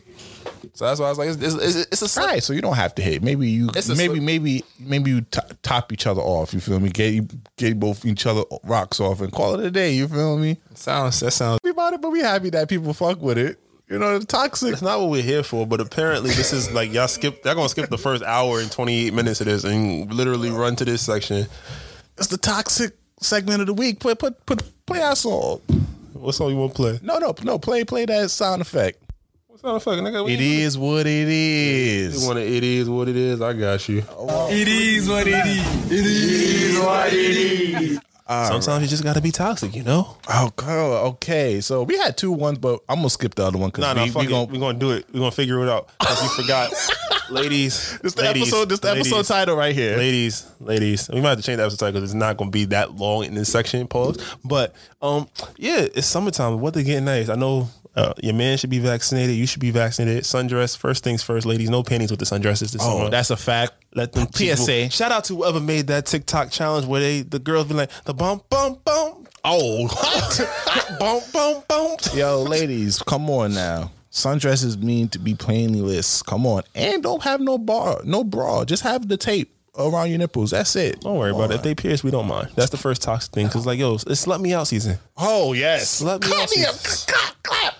S3: So that's why I was like, it's, it's, it's, it's a
S4: All
S3: slip.
S4: right, so you don't have to hit. Maybe you,
S3: It's a
S4: maybe,
S3: slip.
S4: maybe, maybe you to- top each other off. You feel me? Get get both each other rocks off and call it a day. You feel me?
S3: Sounds that sounds.
S4: We about it, but we happy that people fuck with it. You know, it's toxic.
S6: That's not what we're here for, but apparently this is like y'all skip. Y'all gonna skip the first hour and twenty eight minutes of this and literally run to this section.
S4: It's the toxic segment of the week. Put put put play our song.
S6: What song you want to play?
S4: No, no, no. Play play that sound effect.
S6: What's not a fucking nigga?
S4: It is what it is.
S6: One of it is what it is. I got you. Sometimes you just gotta be toxic, you know.
S4: Oh, girl, okay. So we had two ones, but I'm gonna skip the other one because
S6: No, no,
S4: we,
S6: fuck
S4: we
S6: it.
S4: gonna.
S6: We're gonna do it. We're gonna figure it out. 'Cause you forgot, ladies.
S4: This the
S6: ladies,
S4: episode. This the
S6: ladies,
S4: episode title right here.
S6: Ladies, ladies, we might have to change the episode title because it's not going to be that long in this section. Pause. But um, yeah, it's summertime. The Weather getting nice. I know uh, your man should be vaccinated. You should be vaccinated. Sundress. First things first, ladies. No panties with the sundresses this summer.
S4: Oh, that's a fact.
S6: Let them cheeks
S4: PSA.
S6: move. Shout out to whoever made that TikTok challenge where they the girls be like the bump bump bump
S4: Oh,
S6: bump bump bump.
S4: yo, ladies, come on now. Sundresses mean to be plainly list. Come on, and don't have no bar, no bra. Just have the tape around your nipples. That's it.
S6: Don't worry about it. If they pierce, we don't mind. That's the first toxic thing. Cause like, yo, it's slut me out season.
S4: Oh yes,
S6: Slut me out season.
S4: clap,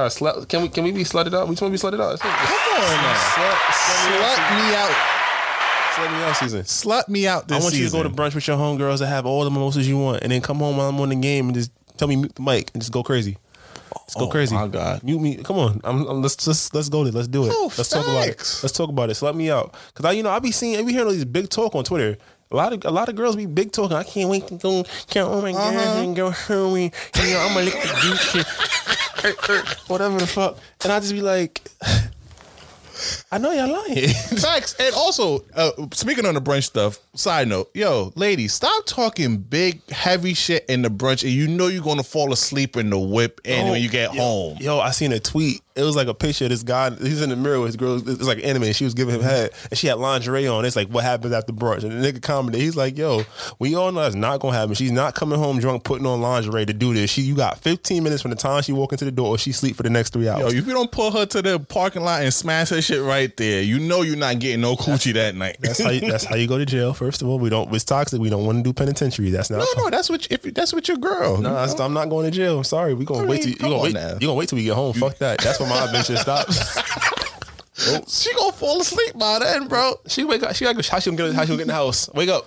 S4: clap.
S3: can we can we be slutted up? We just want to be slutted up.
S4: Come on now, slut me out,
S6: Slut me out season.
S4: slut me out.
S6: I
S4: This
S6: want
S4: season.
S6: you to go to brunch with your homegirls and have all the mimosas you want, and then come home while I'm on the game and just tell me mute the mic and just go crazy. Let's go crazy.
S4: Oh my God.
S6: mute me. Come on, I'm, I'm- let's let's let's go there. Let's do it.
S4: Oh,
S6: let's talk about it.
S4: facts.
S6: Let's talk about it. Slap me out because I you know I be seeing I be hearing all these big talk on Twitter. A lot of a lot of girls be big talking. I can't wait to go. Can't, oh my
S4: Uh-huh.
S6: god, and go home and you know I'm gonna lick the Gucci, Er, er, whatever the fuck. And I just be like, I know y'all lying.
S4: Facts. And also, uh, speaking on the brunch stuff, side note, yo, ladies, stop talking big, heavy shit in the brunch, and you know you're gonna fall asleep in the whip and when you get home.
S6: Oh, Yo, I seen a tweet. It was like a picture of this guy. He's in the mirror with his girl. It's like anime. And she was giving him head, and she had lingerie on. It's like, what happens after brunch? And the nigga commented, he's like, yo, we all know that's not gonna happen. She's not coming home drunk, putting on lingerie to do this. She, you got 15 minutes from the time she walk into the door, or she sleep for the next three
S4: Yo,
S6: hours.
S4: if you don't pull her to the parking lot and smash her shit right there, you know you're not getting no coochie that night.
S6: that's, how you, that's how you go to jail. First of all, we don't. It's toxic. We don't want to do penitentiary. That's not.
S4: no,
S6: fun.
S4: no, that's what you- if you- that's what your girl.
S6: Nah, that's- I'm not going to jail. I'm sorry. We gonna
S4: Oh, I
S6: wait.
S4: mean,
S6: till, you
S4: come
S6: gonna
S4: on
S6: wait.
S4: now.
S6: You gonna wait till we get home. Fuck that. That's when my adventure stops. Oh.
S4: she gonna fall asleep by then, bro.
S6: She wake up. She like how she gonna get how she gonna get in the house. Wake up.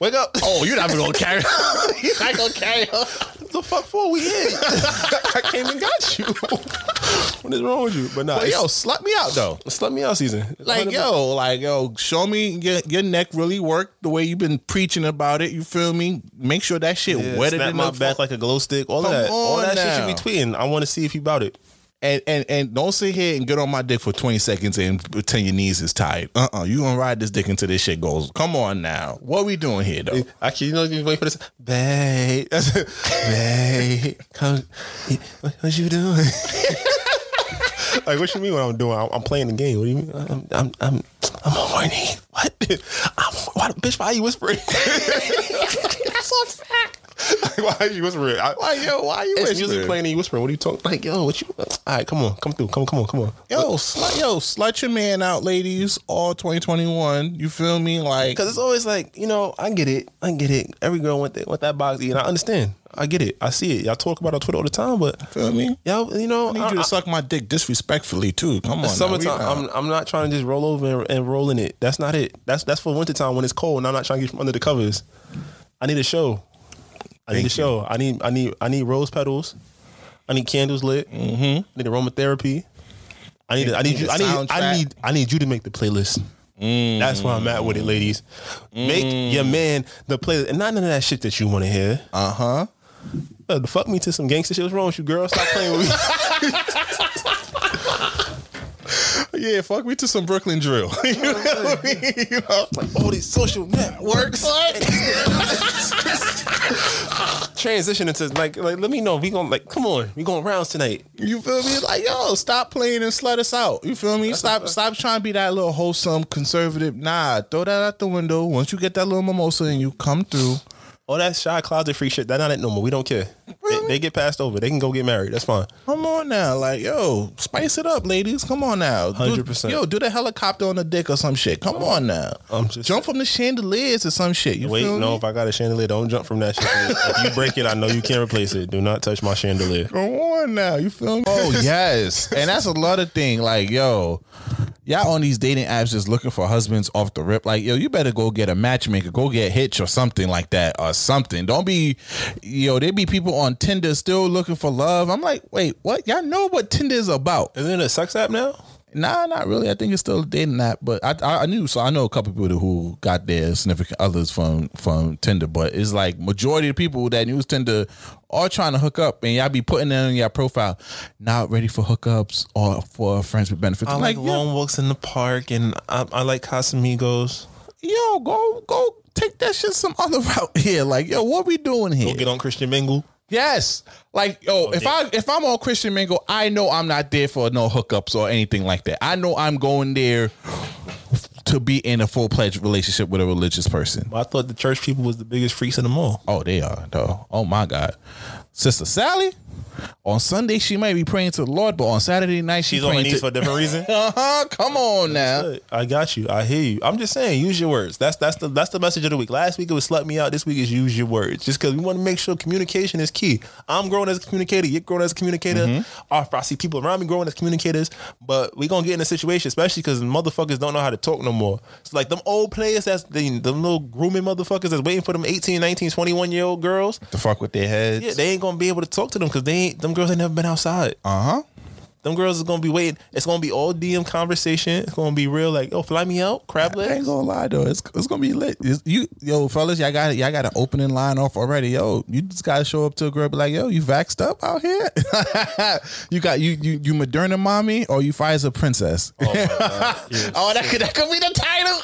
S6: Wake up.
S4: Oh, you're not even gonna carry her. you're not gonna carry her.
S6: the fuck for we in? I came and got you. what is wrong with you? But nah,
S4: But yo,
S6: it's-
S4: slut me out though.
S6: it's let me out season.
S4: Like yo, like yo, show me your, your neck really worked the way you've been preaching about it. You feel me? Make sure that shit
S6: Yeah,
S4: wetter
S6: snap
S4: than
S6: my
S4: the
S6: back
S4: fu-
S6: like a glow stick. All
S4: Come
S6: that, all
S4: on
S6: that
S4: now.
S6: shit should be tweeting. I want to see if you about it.
S4: And, and and don't sit here and get on my dick for 20 seconds and pretend your knees is tied. Uh-uh. You gonna ride this dick until this shit goes. Come on now. What we doing here though?
S6: I can you know you wait for this, babe. That's it. babe, come. What, what you doing? like what you mean? What I'm doing? I'm, I'm playing the game. What do you mean? I'm I'm I'm, I'm horny. What? I'm, why, bitch, why are you whispering? That's a fact. Like, why are you whispering? I, why yo? Why are you? It's music
S4: whispering?
S6: playing and you whispering. What are you talking? Like yo, what you? All right, come on, come through, come come on, come on.
S4: Yo, slut, yo, slut your man out, ladies, all 2021. You feel me? Like
S6: Because it's always like, you know, I get it. I get it. Every girl want that, want that box eating. I understand. I get it. I see it. Y'all talk about it on Twitter all the time, but
S4: feel me?
S6: y'all, you know,
S4: I need
S6: I-
S4: you to
S6: I-
S4: suck my dick disrespectfully too. Come on.
S6: it's summertime.
S4: now. We- uh,
S6: I'm, I'm not trying to just roll over and, and roll in it. That's not it. That's that's for wintertime when it's cold and I'm not trying to get from under the covers. I need a show. I need a show. I need I need I need rose petals. I need candles lit. Mm-hmm. I need aromatherapy. I need I need you I need I
S4: soundtrack.
S6: need I need you to make the playlist.
S4: Mm.
S6: That's where I'm at with it, ladies. Make your man the playlist, and not none of that shit that you want to hear. Uh
S4: Uh-huh.
S6: huh. Fuck me to some gangster shit. What's wrong with you, girl? Stop playing with me.
S4: yeah, fuck me to some Brooklyn drill. you know what I mean? You know?
S6: all these social networks. Transition into like, like, let me know. We gonna like, come on, we going rounds tonight.
S4: You feel me? It's Like, yo, stop playing and slut us out. You feel me? Stop stop trying to be that little wholesome conservative. Nah, throw that out the window. Once you get that little mimosa and you come through.
S6: All that shy closet freak shit. That not it no more. We don't care. They, they get passed over. They can go get married. That's fine.
S4: Come on now, like yo, spice it up, ladies. Come on now, Do-
S6: 100%.
S4: Yo, do the helicopter on the dick or some shit. Come on now,
S6: I'm just-
S4: jump from the chandeliers or some shit. You
S6: Wait,
S4: feel
S6: no.
S4: me?
S6: If I got a chandelier, don't jump from that shit. if you break it, I know you can't replace it. Do not touch my chandelier.
S4: Come on now, you feel me? Oh yes, and that's a lot of thing. Like yo, y'all on these dating apps just looking for husbands off the rip. Like yo, you better go get a matchmaker, go get Hitch or something like that or something. Don't be, yo, there be people on Tinder still looking for love. I'm like, wait, what? Y'all know what Tinder is about?
S6: Isn't it a sex app now?
S4: Nah, not really. I think it's still a dating app, but I, I I knew so I know a couple people who got their significant others from from Tinder, but it's like majority of people that use Tinder are trying to hook up, and y'all be putting that on your profile, not ready for hookups or for friends with benefits.
S6: I
S4: I'm
S6: like,
S4: like,
S6: long walks in the park, and I, I like Casamigos.
S4: yo, yo, go go take that shit some other route here. Like, yo, what we doing
S6: Go
S4: here?
S6: get on Christian Mingle.
S4: yes, like yo, if I if I'm on Christian Mingle, I know I'm not there for no hookups or anything like that. I know I'm going there. To be in a full fledged relationship with a religious person.
S6: I thought the church people was the biggest freaks in the mall.
S4: Oh, they are though. Oh my God, Sister Sally. On Sunday she might be praying to the Lord, but on Saturday night she's
S6: She's on her
S4: praying
S6: knees for a
S4: to.
S6: different reason.
S4: Uh huh. Come on now.
S6: Look, I got you. I hear you. I'm just saying, use your words. That's that's the that's the message of the week. Last week it was slut me out. This week is use your words. Just because we want to make sure communication is key. I'm growing as a communicator. You're growing as a communicator. I- I see people around me growing as communicators. But we gonna get in a situation, especially because motherfuckers don't know how to talk no more. It's like them old players. That's the them little grooming motherfuckers that's waiting for them 18, 19, 21 year old girls.
S4: To fuck with their heads.
S6: Yeah, they ain't gonna be able to talk to them because they ain't them girls ain't never been outside. Uh
S4: Uh-huh.
S6: huh. Them girls is gonna be waiting. It's gonna be all DM conversation. It's gonna be real, like, oh, fly me out, crab
S4: I ain't
S6: legs.
S4: gonna lie though, it's, it's gonna be lit. It's- you yo fellas, y'all got y'all got an opening line off already. Yo, you just gotta show up to a girl be like, yo, you vaxxed up out here. you got you you you Moderna mommy or you Pfizer princess. Oh, that could that could be the title.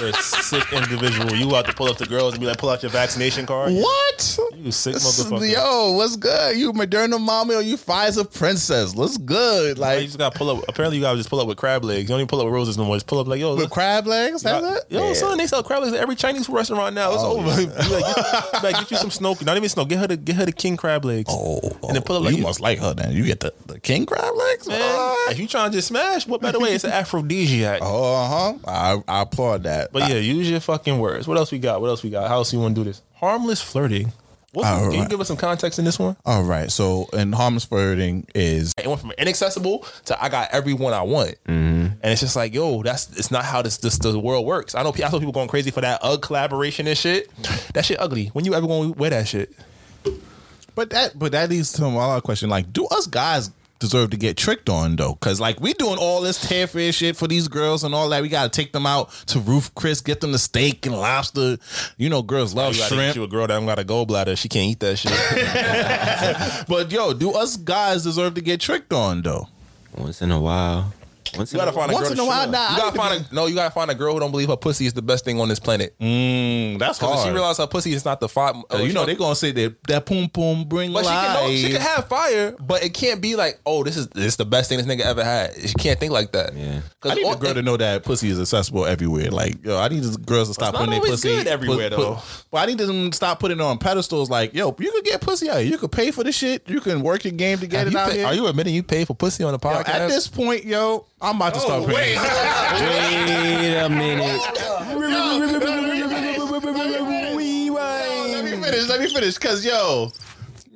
S6: You're a sick individual. You out to pull up the girls and be like, pull out your vaccination card.
S4: what?
S6: You sick motherfucker.
S4: Yo, what's good? You Moderna mommy or you Pfizer princess? What's good?
S6: You
S4: Like
S6: just gotta pull up. Apparently, you gotta just pull up with crab legs. You don't even pull up with roses no more. Just pull up like, yo,
S4: with crab legs? Oh, That's it?
S6: Yo, son, they sell crab legs at every Chinese restaurant now. It's over. You like, get, like, get you some snow. Not even snow. Get her the get her the king crab legs.
S4: Oh,
S6: And then pull up
S4: oh,
S6: like
S4: you must like her then. You get the, the king crab legs?
S6: man. If you trying to just smash, what better way? It's an aphrodisiac.
S4: Uh huh. I, I applaud that.
S6: But yeah, use your fucking words. What else we got? What else we got? How else you want to do this? Harmless flirting. What's
S4: All
S6: Can you
S4: right.
S6: give us some context in this one?
S4: All right. So, and harmless flirting is
S6: It went from inaccessible to I got everyone I want,
S4: Mm-hmm.
S6: and it's just like, yo, that's it's not how this this the world works. I know pe- I saw people going crazy for that UG collaboration and shit. That shit ugly. When you ever gonna wear that shit?
S4: But that but that leads to a lot of question. Like, do us guys deserve to get tricked on though, because like we doing all this tearfare shit for these girls and all that. We gotta take them out to Roof Chris, get them the steak and lobster. You know, girls love
S6: You gotta
S4: Oh, shrimp.
S6: get you a girl that don't got a gallbladder. She can't eat that shit.
S4: But yo, do us guys deserve to get tricked on though?
S7: Once in a while. Once
S6: You gotta find a
S4: Once
S6: girl.
S4: in a
S6: to-
S4: while, nah,
S6: you
S4: I
S6: gotta
S4: could
S6: find a, no. You gotta find a girl who don't believe her pussy is the best thing on this planet.
S4: Mm, that's
S6: Because she
S4: hard.
S6: realized her pussy is not the five.
S4: Uh, you know they gonna say that that poom poom bring
S6: Oh, But she can,
S4: life.
S6: no, she can have fire, but it can't be like, oh, this is this the best thing this nigga ever had. She can't think like that.
S7: Yeah.
S4: I need
S6: all-
S4: a girl to know that pussy is accessible everywhere. Like, yo, I need these girls to stop
S6: not
S4: putting their
S6: always
S4: pussy
S6: good everywhere, though.
S4: But I need them to stop putting it on pedestals. Like, yo, you could get pussy out. here. You could pay for the shit. You can work your game to get
S6: Have
S4: it
S6: you
S4: out
S6: pay-
S4: here.
S6: Are you admitting you paid for pussy on the
S4: Yo,
S6: podcast?
S4: at this point, yo, I'm about to stop
S6: Oh,
S4: paying.
S7: Wait a minute.
S4: Let me finish. Let me finish. Cause yo,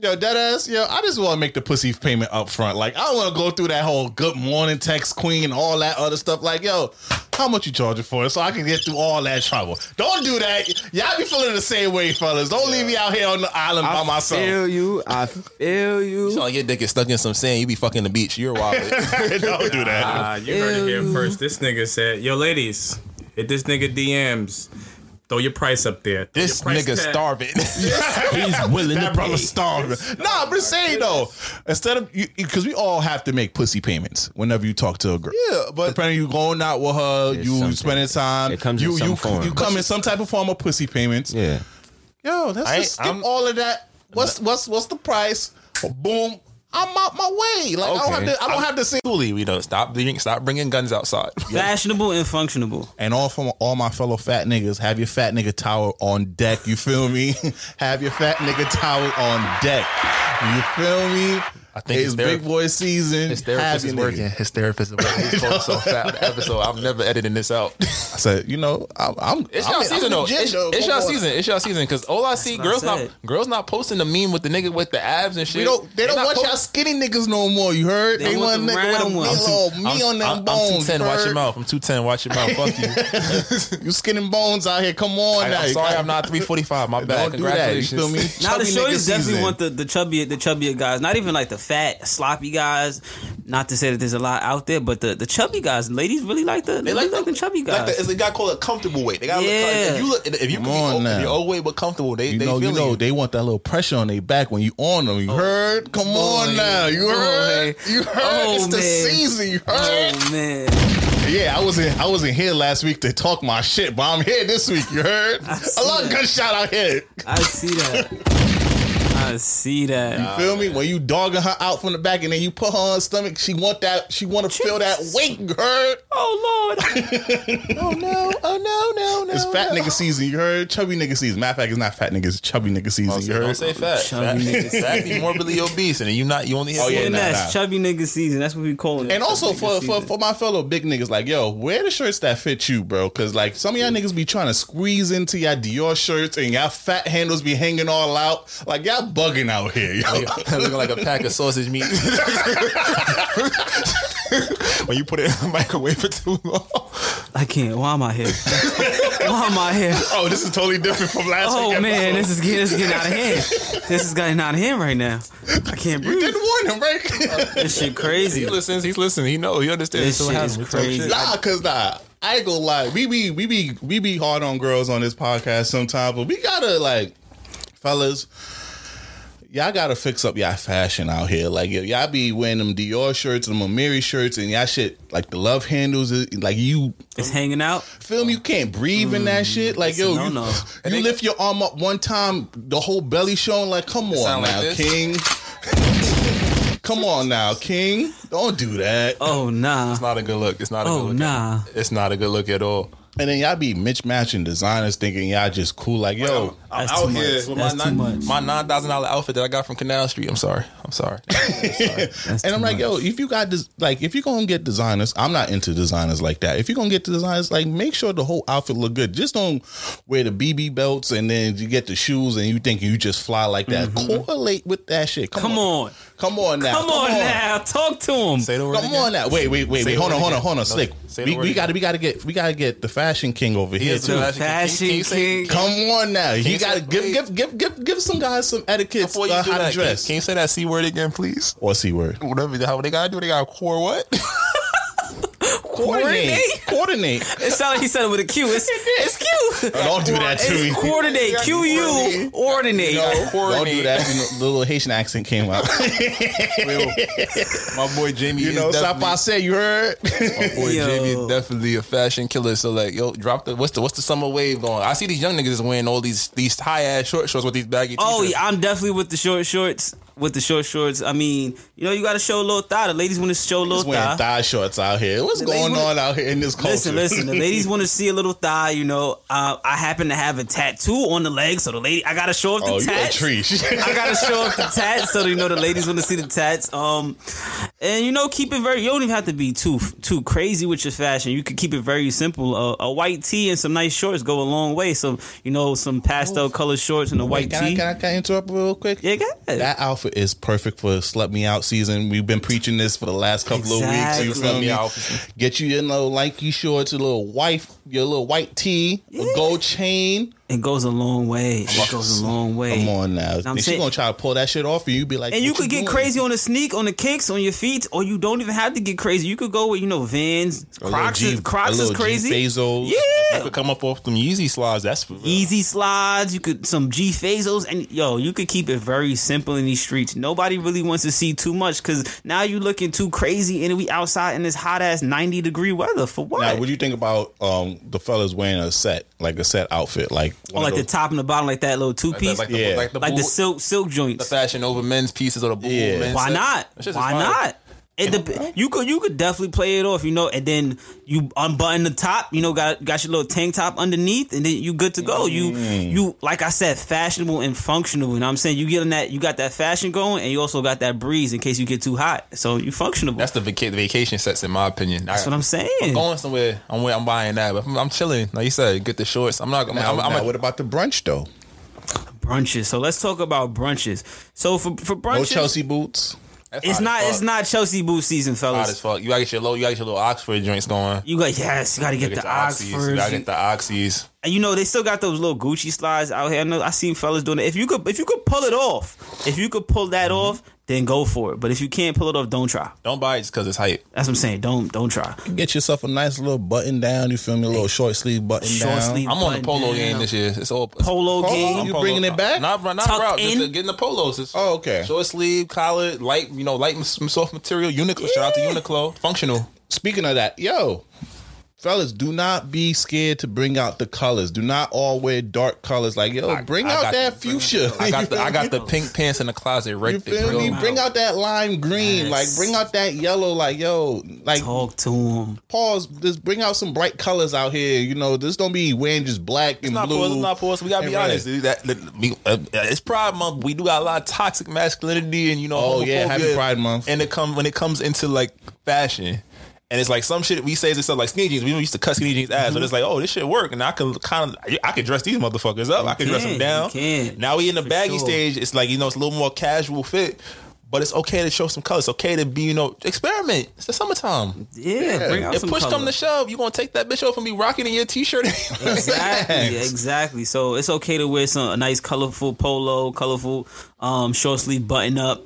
S4: yo, dead ass, yo, I just want to make the pussy payment up front. Like, I don't want to go through that whole good morning text queen and all that other stuff. Like, yo, how much you charging for it? So I can get through all that trouble. Don't do that. Y'all be feeling the same way, fellas. Don't leave me out here on the island by
S7: I
S4: myself.
S7: feel you. I feel
S6: you
S7: you.
S6: sound like your dick is stuck in some sand. You be fucking the beach. You're wild.
S4: don't do that.
S8: Ah, you heard it here first. This nigga said, "Yo, ladies, hit this nigga DMs. Throw your price up there. Throw
S6: this
S8: your price
S6: nigga
S8: tag."
S6: starving.
S4: He's willing that brother starving. Nah, I'm just saying though. Instead of you, because we all have to make pussy payments whenever you talk to a girl.
S6: Yeah, but-
S4: depending you going out with her,
S7: It's
S4: you
S7: something.
S4: spending time.
S7: It comes in
S4: you,
S7: some
S4: you,
S7: form.
S4: You come in some type of form of pussy payments.
S7: Yeah.
S4: Yo, that's
S6: I
S4: just skip
S6: ain't- I'm-
S4: all of that. What's what's what's the price? Boom. I'm out my way. Like I don't
S7: Okay.
S4: have to. I don't have to say.
S6: Coolly, we don't stop. Bringing, stop bringing guns outside.
S9: Fashionable and functionable.
S4: And all from all my fellow fat niggas, have your fat nigga towel on deck. You feel me? have your fat nigga towel on deck. You feel me? I
S6: think
S4: it's
S6: his
S4: big
S6: therapi-
S4: boy season.
S6: His
S4: Have
S6: therapist
S4: your
S6: is
S4: nigga.
S6: working. His therapist is working. He's going so fat on the episode. I'm never editing this out.
S4: I said, you know, I'm. I'm
S6: It's
S4: I'm
S6: y'all
S4: in- I'm
S6: season
S4: in
S6: though.
S4: gym,
S6: It's,
S4: though.
S6: it's
S4: Come
S6: y'all
S4: on.
S6: season. It's y'all season. Cause all I see,
S9: what I
S6: girls not
S9: said.
S6: girls not posting the meme with the nigga with the abs and shit.
S4: We don't. They, don't
S6: not
S4: want
S6: po-
S4: y'all skinny niggas no more. You heard?
S9: They want the
S4: nigga
S9: round ones.
S4: with a meal, me on them bones.
S6: I'm 210.
S4: you
S6: Watch your
S4: heard?
S6: mouth. I'm 210. Watch your mouth. Fuck you.
S4: You skinning bones out here. Come on
S6: I,
S4: now.
S6: am
S4: You
S6: sorry,
S4: gotta-
S6: I'm not 345. My bad.
S4: Don't do that. You
S6: Congratulations.
S4: feel me?
S9: Now the
S4: Chubby nigga
S9: shorties definitely
S4: season.
S9: want the the chubby the chubbier guys. Not even like the fat sloppy guys. Not to say that there's a lot out there, but the, the chubby guys, ladies really like the they like the chubby guys.
S6: Like the, it's a guy called a comfortable weight. They gotta
S9: Yeah.
S6: look. If you look, if you
S4: Come
S6: can be
S4: on
S6: old,
S4: now.
S6: if you're old weight but comfortable, they
S4: You
S6: they Oh,
S4: know,
S6: feel
S4: you know, they want that little pressure on their back when you on them. You heard? Come on now. You
S6: Oh,
S4: heard? You heard?
S9: Oh,
S4: it's the
S9: man.
S4: season. You heard?
S9: oh man,
S4: Yeah, I wasn't. I wasn't here last week to talk my shit, but I'm here this week. You heard? A
S9: see
S4: lot of
S9: that.
S4: gunshot out here.
S9: I see that. I see that.
S4: Feel me? When you dogging her out from the back and then you put her on her stomach, she want that. She want to feel that weight. You heard?
S9: Oh lord,
S6: Oh no! Oh no! No!
S4: It's fat nigga season. You heard? Chubby nigga season. Matter of fact, it's not fat nigga. It's chubby nigga season. you heard?
S6: Oh, Don't say fat. Fat,
S9: Chubby niggas.
S6: fat be morbidly obese, and you not you only. Have oh
S4: yeah, nah,
S9: that's
S4: nah.
S9: chubby nigga season. That's what we calling it.
S4: And also
S9: Chubby nigga
S4: for, for
S9: season.
S4: for my fellow big niggas, like yo, wear the shirts that fit you, bro. Cause like some of y'all niggas be trying to squeeze into y'all Dior shirts and y'all fat handles be hanging all out. Like y'all bugging out here,
S9: Oh,
S4: yo.
S6: looking like a pack of sausage meat. when you put it in the microwave for too long.
S9: I can't. Why am I here? Why am I here?
S4: oh, this is totally different from last week.
S9: Oh
S4: episode.
S9: man, this is getting, this is getting out of hand. This is getting out of hand right now. I can't
S4: You
S9: breathe.
S4: didn't warn him, right?
S9: This shit crazy.
S6: He listens. He's listening. He knows. He understands.
S9: This
S6: So what
S9: shit
S6: happens?
S9: is
S6: We talk
S9: crazy.
S6: shit.
S4: nah, cause nah. I ain't gonna lie. We be we be we be hard on girls on this podcast sometimes, but we gotta like fellas. Y'all gotta fix up y'all fashion out here. Like y- y'all be wearing them Dior shirts and them Amiri shirts, and y'all shit like the love handles. is- Like you
S9: It's hanging out.
S4: film, you can't breathe in that shit. Like yo,
S9: no,
S4: you,
S9: no.
S4: you lift your arm up one time, the whole belly showing. Like come on
S6: sound like
S4: now,
S6: this?
S4: King. come on now, King. Don't do that.
S9: Oh nah.
S6: It's not a good look. It's not a
S9: Oh,
S6: good look.
S9: nah.
S6: It's not a good look at all.
S4: And then y'all be mismatching designers thinking y'all just cool. Like, yo,
S6: I'm
S9: That's
S6: out
S9: too
S6: here
S9: much.
S6: with
S9: That's
S6: my
S9: too
S6: nine,
S9: much.
S6: my nine thousand dollar outfit that I got from Canal Street. I'm sorry. I'm sorry.
S4: and I'm like, yo, if you got this, like, if you're gonna get designers, I'm not into designers like that. If you're gonna get the designers, like, make sure the whole outfit look good. Just don't wear the BB belts and then you get the shoes and you think you just fly like that. Correlate with that shit. Come,
S9: Mm-hmm. Come on.
S4: Come on now.
S9: Come on now. Talk to him.
S4: Say the word Come on now. Wait, wait, wait,
S9: Say
S4: wait.
S9: the
S4: Hold
S9: word
S4: on, hold on,
S9: again.
S4: hold on.
S9: No,
S4: Slick.
S9: say the
S4: We,
S9: word
S4: we
S9: again.
S4: gotta we gotta get we gotta get the fashion king over here
S9: is
S4: too.
S9: the fashion king. Can you- can you say-
S4: Come on now.
S9: Can
S4: You
S9: you
S4: gotta
S9: say-
S4: give give give give give some guys some etiquette
S3: Before you
S4: uh,
S3: do
S4: how
S3: that,
S4: to dress.
S3: Can, can you say that c word again, please?
S4: Or c word.
S3: Whatever the hell they gotta do, they gotta core what?
S4: Coordinate. Coordinate.
S9: It sounded like he said it with a Q. It's, it's Q.
S4: Don't do that to me.
S9: It's coordinate. Q U ordinate.
S4: Don't do that. You know, The little Haitian accent came out.
S3: My boy Jamie
S4: You
S3: is
S4: know,
S3: definitely-
S4: Sapa said you heard.
S3: My boy Jamie is definitely a fashion killer. So like, yo, drop the what's the what's the summer wave on? I see these young niggas wearing all these these high ass short shorts with these baggy. T-shirts.
S9: Oh, yeah, I'm definitely with the short shorts. With the short shorts, I mean, you know, you got to show a little thigh. The ladies want to show a little
S4: Just wearing
S9: thigh.
S4: thigh shorts out here. What's
S9: The
S4: going
S9: ladies wanna-
S4: on out here in this culture?
S9: Listen, listen. The ladies want to see a little thigh. You know, uh, I happen to have a tattoo on the leg, so the lady, I gotta show off the
S4: Oh, you a
S9: tats.
S4: treesh.
S9: I gotta show off the tats, so you know the ladies want to see the tats. Um, and you know, keep it very. You don't even have to be too too crazy with your fashion. You could keep it very simple. Uh, a white tee and some nice shorts go a long way. So you know, some pastel color shorts and a white
S4: Wait, can I,
S9: tee.
S4: can, I, can I interrupt real quick?
S9: Yeah, go ahead.
S4: That outfit is perfect for slut me out season. We've been preaching this for the last couple of weeks. You
S9: Exactly.
S4: feel me?
S9: Slut me
S4: Get you your little lanky shorts, your little wife, your little white tee, a gold chain.
S9: It goes a long way. It goes a long way.
S4: Come on now.
S9: I'm
S4: She's
S9: saying-
S4: gonna try to pull that shit off, and you be like,
S9: and you
S4: "What
S9: could get
S4: doing?"
S9: crazy on the sneak, on the kicks, on your feet, or you don't even have to get crazy. You could go with you know Vans,
S4: A little
S9: Crocs.
S4: G-
S9: is, Crocs
S4: a
S9: is
S4: little G
S9: crazy.
S4: Bezos.
S9: Yeah,
S3: You could come up off them Yeezy slides. That's for real.
S9: Easy slides. You could some G Fazos, and yo, you could keep it very simple in these streets. Nobody really wants to see too much because now you looking too crazy, and we outside in this hot ass ninety degree weather for what?
S4: Now, what do you think about um, the fellas wearing a set, like a set outfit, like
S9: or
S4: one
S9: Oh, like
S4: of
S9: the
S4: those-
S9: top and the bottom, like that little two piece,
S3: like the-
S4: Yeah.
S3: like the
S9: like the
S3: bull-
S9: silk silk joints.
S3: the fashion over men's pieces or the bull
S4: Yeah.
S3: men's
S9: Why
S3: sets. That shit
S9: not?
S3: is
S9: Why
S3: fire.
S9: not? It dep- you could you could definitely play it off, you know, and then you unbutton the top, you know, got got your little tank top underneath, and then you good to go. You
S3: Mm.
S9: you like I said, fashionable and functional. You know what I'm saying? You getting that you got that fashion going and you also got that breeze in case you get too hot. So you functional.
S3: That's the vaca- vacation sets, in my opinion.
S9: That's what I'm saying.
S3: I'm going somewhere. I'm where I'm buying that, but I'm, I'm chilling. Like you said, get the shorts. I'm not. I'm,
S4: Now,
S3: I'm, I'm,
S4: now, what about the brunch though?
S9: brunches. So let's talk about brunches. So for for
S4: No
S9: brunches
S4: Chelsea boots.
S3: that's
S9: it's
S3: hot
S9: not
S3: as
S9: it's
S3: fuck.
S9: not Chelsea boot season,
S3: hot as
S9: fellas.
S3: fuck. You gotta get your low. You gotta get your little Oxford drinks going.
S9: You got yes, you gotta get, the,
S3: Oxys. You
S9: Oxfords.
S3: gotta get the oxys.
S9: And you know they still got those little Gucci slides out here. I know I seen fellas doing it. If you could, if you could pull it off, if you could pull that off, then go for it. But if you can't pull it off, don't try.
S3: Don't buy it just because it's hype.
S9: That's what I'm saying. Don't don't try.
S4: Get yourself a nice little button down. You feel me? A little short sleeve button
S9: Short
S4: down.
S9: sleeve.
S3: I'm on the
S9: button
S3: polo
S9: down.
S3: game this year. It's all it's
S9: Polo
S4: Oh, you
S9: game.
S3: polo-
S4: bringing it back?
S3: Not not
S9: Tucked
S3: route. Just
S9: in?
S3: uh, getting the polos. It's
S4: Oh, okay.
S3: Short sleeve, collar, light. You know, light m- soft material. Uniqlo. Shout out to Uniqlo. Functional.
S4: Speaking of that, yo, fellas, do not be scared to bring out the colors. Do not all wear dark colors. Like yo, bring
S3: I
S4: out
S3: got-
S4: that fuchsia.
S3: I got the I got the
S4: You
S3: pink pants in the closet right
S4: feel
S3: there.
S4: me?
S3: bro.
S4: Bring out that lime green.
S9: Yes.
S4: Like bring out that yellow. Like yo, like
S9: Talk to him.
S4: pause. Just bring out some bright colors out here. You know, just don't be wearing just black and
S3: It's not
S4: blue.
S3: for us. It's not for us. We gotta
S4: and
S3: be
S4: red.
S3: honest. dude. That, that- we- uh, it's Pride Month. We do got a lot of toxic masculinity, and you know,
S4: Oh, yeah.
S3: homophobia.
S4: Happy Pride Month.
S3: And it come when it comes into like fashion, and it's like some shit we say is stuff like skinny jeans. We used to cut skinny jeans ass,
S4: Mm-hmm.
S3: but it's like, oh, this shit work, and I can kind of, I can dress these motherfuckers up. I can dress
S9: can,
S3: them down.
S9: you can.
S3: Now we in the baggy
S9: sure.
S3: stage. It's like you know, it's a little more casual fit. But it's okay to show some color. It's okay to be, you know, experiment. It's the summertime.
S9: Yeah, bring out
S3: If
S9: some
S3: push
S9: color.
S3: come to shove, you gonna take that bitch off and be rocking in your t-shirt.
S9: Exactly, exactly. So it's okay to wear some a nice colorful polo, colorful um short sleeve button up,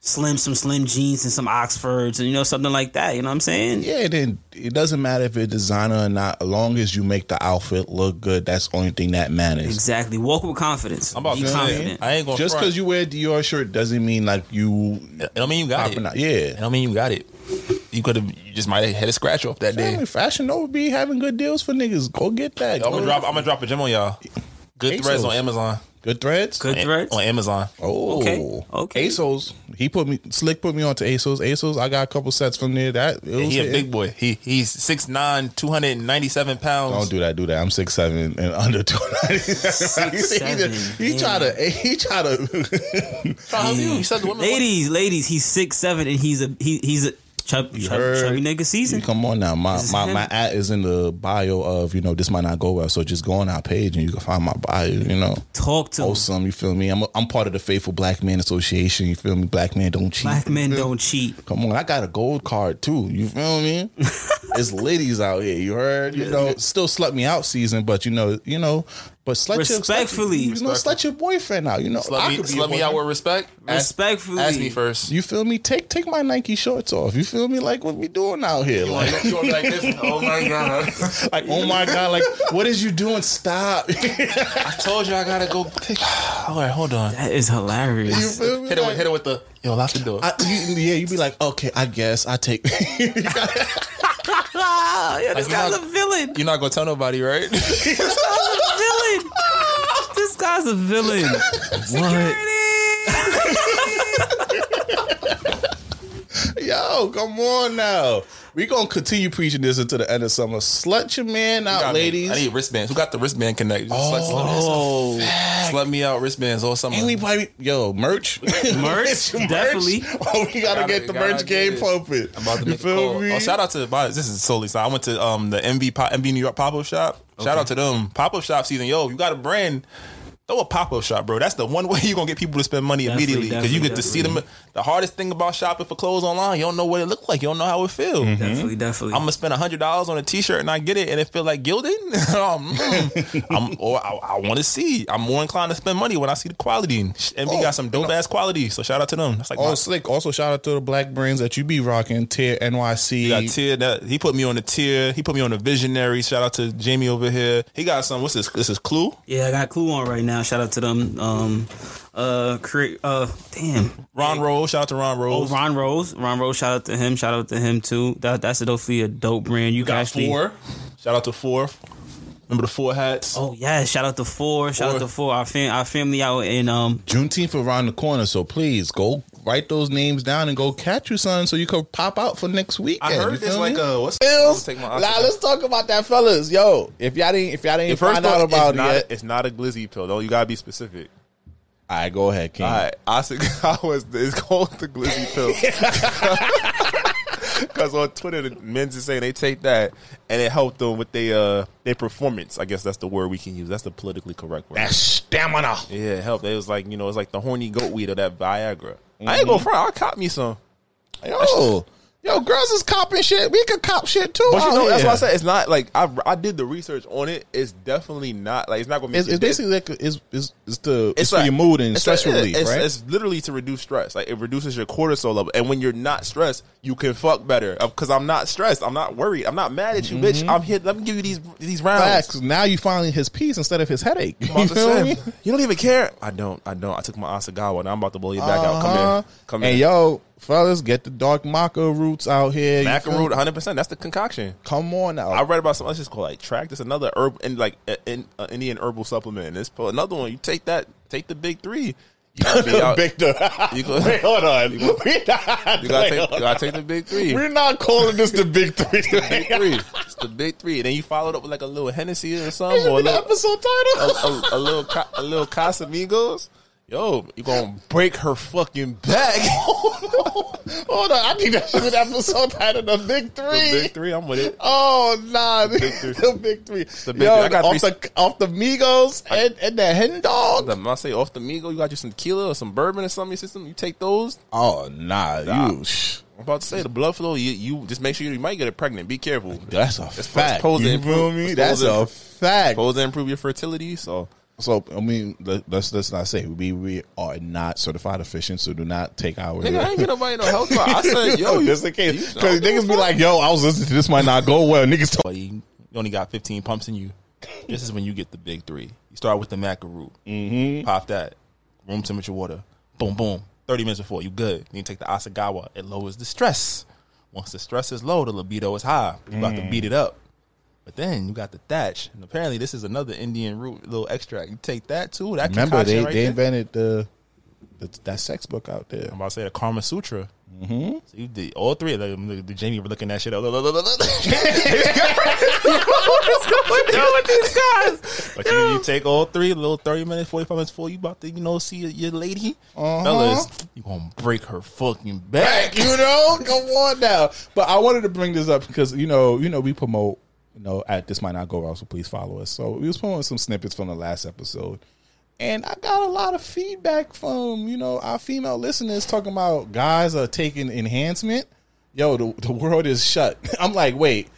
S9: slim some slim jeans and some Oxfords and you know something like that. You know what I'm saying?
S4: Yeah, then it doesn't matter if it's designer or not. As long as you make the outfit look good, that's the only thing that matters.
S9: Exactly. Walk with confidence.
S3: I'm about
S9: Be
S3: to say,
S9: confident.
S3: I ain't gonna
S4: Just
S3: front.
S4: because you wear a Dior shirt doesn't mean like you
S3: It don't mean you got
S4: popping
S3: it.
S4: out.
S3: It
S4: Yeah.
S3: don't mean you got it. You could have. You just might have had a scratch off that
S4: Damn,
S3: day.
S4: Fashion Nova be having good deals for niggas. Go get that.
S3: I'm
S4: Go-
S3: gonna drop. I'm gonna drop a gem on y'all. Good
S4: Asos.
S3: threads on Amazon.
S4: Good threads.
S9: Good threats.
S3: On Amazon.
S4: Oh,
S9: Okay, okay.
S4: ASOS. He put me. Slick put me onto ASOS. ASOS. I got a couple sets from there. That it was
S3: He a
S4: hitting.
S3: big boy. He he's 6'9", 297 pounds.
S4: Don't do that. Do that. I'm six seven and under two ninety.
S9: seven,
S4: He tried to. He tried to.
S3: How you? You said the woman.
S9: Ladies, ladies, he's six seven and he's a he, he's a chub,
S4: You
S9: chub,
S4: heard?
S9: chubby nigga season.
S4: Come on now, my
S9: This is
S4: my,
S9: him.
S4: my at is in the bio of you know this might not go well, so just go on our page and you can find my bio. You know,
S9: talk to
S4: awesome. You feel me? I'm a, I'm part of the Faithful Black Man Association. You feel me? Black men don't cheat.
S9: Black men
S4: You feel
S9: don't cheat.
S4: Come on, I got a gold card too. You feel me? it's ladies out here. You heard? You know, still slut me out season, but you know, you know, but slut your- slut your-
S9: Respectfully.
S4: you know, slut your boyfriend out. You know,
S3: Slut
S4: I
S3: me-
S4: could be
S3: slut
S4: your
S3: me out
S4: boyfriend.
S3: with respect? Ask-
S9: Respectfully.
S3: ask me first.
S4: You feel me? Take take my Nike shorts off. You feel me? Like what we doing out here? Like,
S3: oh my god!
S4: like oh my god! Like what is you doing? Stop!
S3: I told you I gotta go. Pick. All right, hold on.
S9: That is hilarious.
S4: You feel me?
S3: Hit it with hit it with the yo. Lock the door.
S4: I, you, yeah, you be like, okay, I guess I take.
S9: yeah, this
S3: Like,
S9: guy's
S3: you
S9: a villain.
S3: You're not gonna tell nobody, right?
S9: This guy's a villain. This guy's a villain. What?
S4: Yo, come on now. We gonna continue preaching this until the end of summer. Slut your man out,
S3: Got me.
S4: ladies.
S3: I need wristbands. Who got the wristband connection?
S4: Oh.
S3: slut, slut me out wristbands all summer.
S4: Anybody, yo, merch,
S9: Merch? Definitely.
S4: Oh, we gotta,
S3: Gotta-
S4: get the
S3: gotta get
S4: merch game
S3: it.
S4: pumping.
S3: I'm about to
S4: You
S3: make a
S4: feel
S3: call.
S4: me?
S3: Oh, shout out to my, this is solely so I went to um the MV pop, MV New York pop up shop. Shout out to them pop up shop season. Yo, you got a brand. Throw a pop up shop, bro. That's the one way you're gonna get people to spend money
S9: Definitely,
S3: immediately because you get
S9: definitely,
S3: to see them. The hardest thing about shopping for clothes online, you don't know what it look like. You don't know how it feel.
S9: Definitely, definitely.
S3: I'm gonna spend hundred dollars on a T-shirt and I get it and it feel like gilded. um, mm. I'm or I, I want to see. I'm more inclined to spend money when I see the quality. And we
S4: Oh,
S3: got some dope ass quality, so shout out to them. That's like
S4: Oh,
S3: my,
S4: slick. Also, shout out to the black brains that you be rocking. Tier NYC.
S3: he got tier that he put me on the tier. He put me on the visionary. Shout out to Jamie over here. He got some. What's this? This is Clue.
S9: yeah, I got Clue on right now. Shout out to them. Um, uh, create. Uh, damn.
S3: Ron Rose. Shout out to Ron
S9: Oh,
S3: Rose.
S9: Ron Rose. Ron Rose. Shout out to him. Shout out to him too. That that's a definitely a dope brand. You, can
S3: got
S9: actually.
S3: four. Shout out to four. Remember the four hats.
S9: Oh yeah! Shout out to four. Shout out
S3: Four.
S9: to four. Our fam- our family out in um
S4: Juneteenth around the corner, so please go write those names down and go catch your son, so you can pop out for next
S3: I
S4: weekend.
S3: heard
S4: you
S3: this
S4: feel
S3: like
S4: me?
S3: a what's
S4: Bills.
S3: Take my
S4: Nah,
S3: oxygen.
S4: let's talk about that, fellas. Yo, if y'all didn't, if y'all didn't find out
S3: off,
S4: about
S3: it's
S4: it
S3: not,
S4: yet,
S3: it's not a glizzy pill though. You gotta be specific.
S4: all right, go ahead, King.
S3: All right, I said I was it's called the glizzy pill. Because on Twitter, the men's is saying they take that and it helped them with their uh, their performance. I guess that's the word we can use. That's the politically correct word.
S4: stamina.
S3: yeah, it helped. It was like you know, it's like the horny goat weed or that Viagra. I ain't gonna front. I'll cop me some.
S4: Yo, yo, girls is copping shit. We can cop shit too. Oh,
S3: But you
S4: out
S3: know, that's
S4: here.
S3: why I said it's not like I I did the research on it. It's definitely not like it's not gonna be.
S4: It's, it's basically like it's it's, it's the it's, for
S3: like-
S4: your mood and
S3: it's
S4: stress
S3: like-
S4: relief,
S3: it's,
S4: right?
S3: It's literally to reduce stress. Like it reduces your cortisol level, and when you're not stressed, you can fuck better. Because I'm not stressed. I'm not worried. I'm not mad at you, bitch. I'm here. Let me give you these these rounds.
S4: Mm-hmm. Facts. Now you finally his peace instead of his headache.
S3: I'm about
S4: You
S3: to
S4: feel
S3: say,
S4: me?
S3: You don't even care. I don't. I don't. I took my Asagawa, and I'm about to blow your back out. Come
S4: Uh-huh.
S3: here. Come
S4: and
S3: here.
S4: yo, fellas, get the dark maca roots out here. You feel
S3: Macaroon,
S4: me?
S3: 100. percent That's the concoction.
S4: Come on now.
S3: I read about something. Let's just call like track. It's another herb and like uh, in, uh, Indian herbal supplement. And it's another one. You take that. Take the big three. You gotta be out.
S4: Victor.
S3: You go-
S4: Wait, hold on.
S3: You
S4: You
S3: go-
S4: gotta,
S3: You gotta, take, you gotta take the big three.
S4: We're not calling this the big three.
S3: big three. It's the big three. And then you followed up with like a little Hennessy or something, or a
S4: Should be the
S3: little,
S4: episode
S3: a,
S4: title.
S3: a, a little, Ca- a little
S4: Uh-huh.
S3: Casamigos. Yo, you gonna break her fucking back?
S4: Hold on, I think that should be the episode title. The big three.
S3: the big three. I'm with it.
S4: Oh nah, the
S3: big three.
S4: big three.
S3: The
S4: The
S3: big
S4: big Yo,
S3: three. I got
S4: off
S3: three-
S4: the off the Migos and, and the hen dog.
S3: The- I say off the migo, you got you some tequila or some bourbon or something. in your system. You take those.
S4: Oh nah, you. Sh-
S3: I'm about to say the blood flow. You, you just make sure you might get it pregnant. Be careful.
S4: that's a
S3: It's
S4: fact.
S3: supposed to
S4: you
S3: improve-
S4: feel
S3: it's
S4: me? That's a
S3: supposed
S4: fact.
S3: Supposed to improve your fertility. So
S4: So I mean, let, let's let's not say we we are not certified efficient, so do not take our.
S3: nigga, I ain't get nobody no health. bar. I said, yo, you,
S4: just in case,
S3: you-
S4: because niggas be like, "Yo, I was listening to this, might not go well." Niggas talk.
S3: but you only got 15 pumps in you. This is when you get the big three. You start with the macaroon, mm-hmm. pop that, room temperature water, boom, boom. 30 minutes before, you good. Then you take the Asagawa. It lowers the stress. Once the stress is low, the libido is high. You about
S4: Mm.
S3: to beat it up. But then you got the thatch, and apparently this is another Indian root little extract. You take that too. That
S4: Remember,
S3: concoction
S4: they
S3: right
S4: they
S3: there.
S4: invented the, the that sex book out there.
S3: I'm about to say the Karma Sutra. Mm-hmm. So you did all three of them. Look, the Jamie were looking that shit up. Look, look, look, look, look.
S10: What's going on with these guys?
S3: But you, you take all three, a little 30 minutes, 45 minutes before you about to, you know, see your, your lady.
S4: Uh-huh.
S3: Fellas, you gonna break her fucking back.
S4: back, you know? Come on now. But I wanted to bring this up because you know, you know, we promote, you know, at this might not go wrong, so please follow us. So we was promoting some snippets from the last episode. And I got a lot of feedback from, you know, our female listeners talking about guys are taking enhancement. Yo, the, the world is shut. I'm like, wait,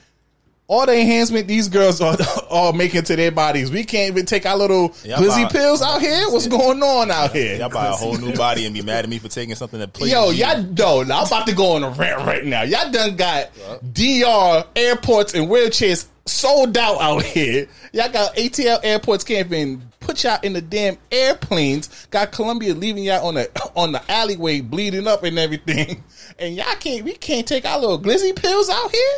S4: all the enhancement these girls are, are making to their bodies. We can't even take our little
S3: Yeah,
S4: glizzy
S3: about-
S4: pills out here. What's going on out here?
S3: Y'all buy a whole new body and be mad at me for taking something that plays.
S4: Yo, y'all no, no, I'm about to go on a rant right now. Y'all done got DR airports and wheelchairs sold out out here. Y'all got ATL airports can't even put y'all in the damn airplanes. Got Columbia leaving y'all on the on the alleyway bleeding up and everything. And y'all can't we can't take our little glizzy pills out here.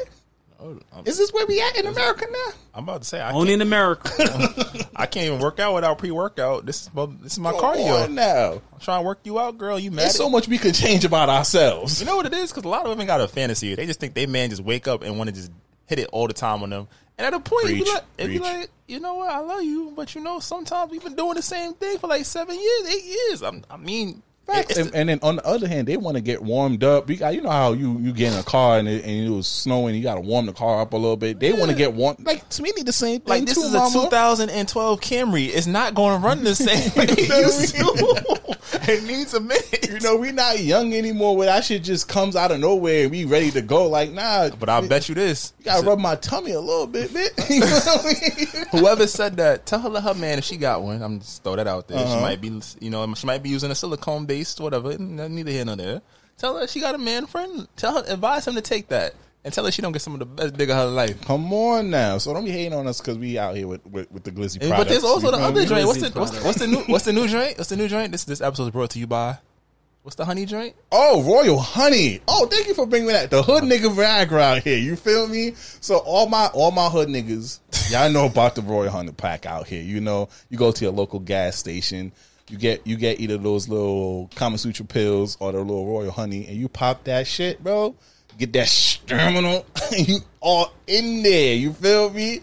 S4: Is this where we at in America now?
S3: I'm about to say I
S9: Only in America.
S3: I can't even work out without pre workout. This is my, this is my
S4: Come
S3: cardio.
S4: on now.
S3: I'm trying to work you out, girl. You mad?
S4: There's
S3: at-
S4: so much we could change about ourselves.
S3: You know what it is? Because a lot of women got a fantasy. They just think they man just wake up and want to just hit it all the time on them. And at a point, it'd be
S4: Preach,
S3: like, it'd be
S4: preach.
S3: like, you know what? I love you, but you know, sometimes we've been doing the same thing for like seven years, eight years. I'm, I mean,
S4: Facts. And, and then on the other hand, they want to get warmed up. You, got, you know how you you get in a car and it, and it was snowing. You got to warm the car up a little bit. They want to get warm. Like to me, they the same thing.
S3: like this
S4: too,
S3: is
S4: mama.
S3: a 2012 Camry. It's not going to run the same. way it used to. It needs a minute.
S4: You know, we not young anymore. Where that shit just comes out of nowhere and we ready to go. Like nah,
S3: But I bet you this:
S4: you gotta rub my tummy a little bit, bitch. You know what I mean?
S3: Whoever said that, tell her let her man if she got one. I'm just throw that out there.
S4: Uh-huh.
S3: She might be, you know, she might be using a silicone based whatever. Neither here nor there. Tell her she got a man friend. Tell her advise him to take that and tell her she don't get some of the best dick of her life.
S4: Come on now. So don't be hating on us because we out here with, with, with the glizzy.
S3: And- but there's
S4: products.
S3: also
S4: You
S3: the
S4: feel
S3: other
S4: me?
S3: joint. What's the what's, the- what's the new what's the new joint? What's the new joint? This this episode is brought to you by. What's the honey joint?
S4: Oh, Royal Honey. Oh, thank you for bringing that. The hood nigga Viagra out here. You feel me? So all my all my hood niggas, y'all know about the Royal Honey pack out here. You know, you go to your local gas station, you get you get either those little Kama Sutra pills or the little Royal Honey, and you pop that shit, bro. Get that terminal, and you all in there. You feel me?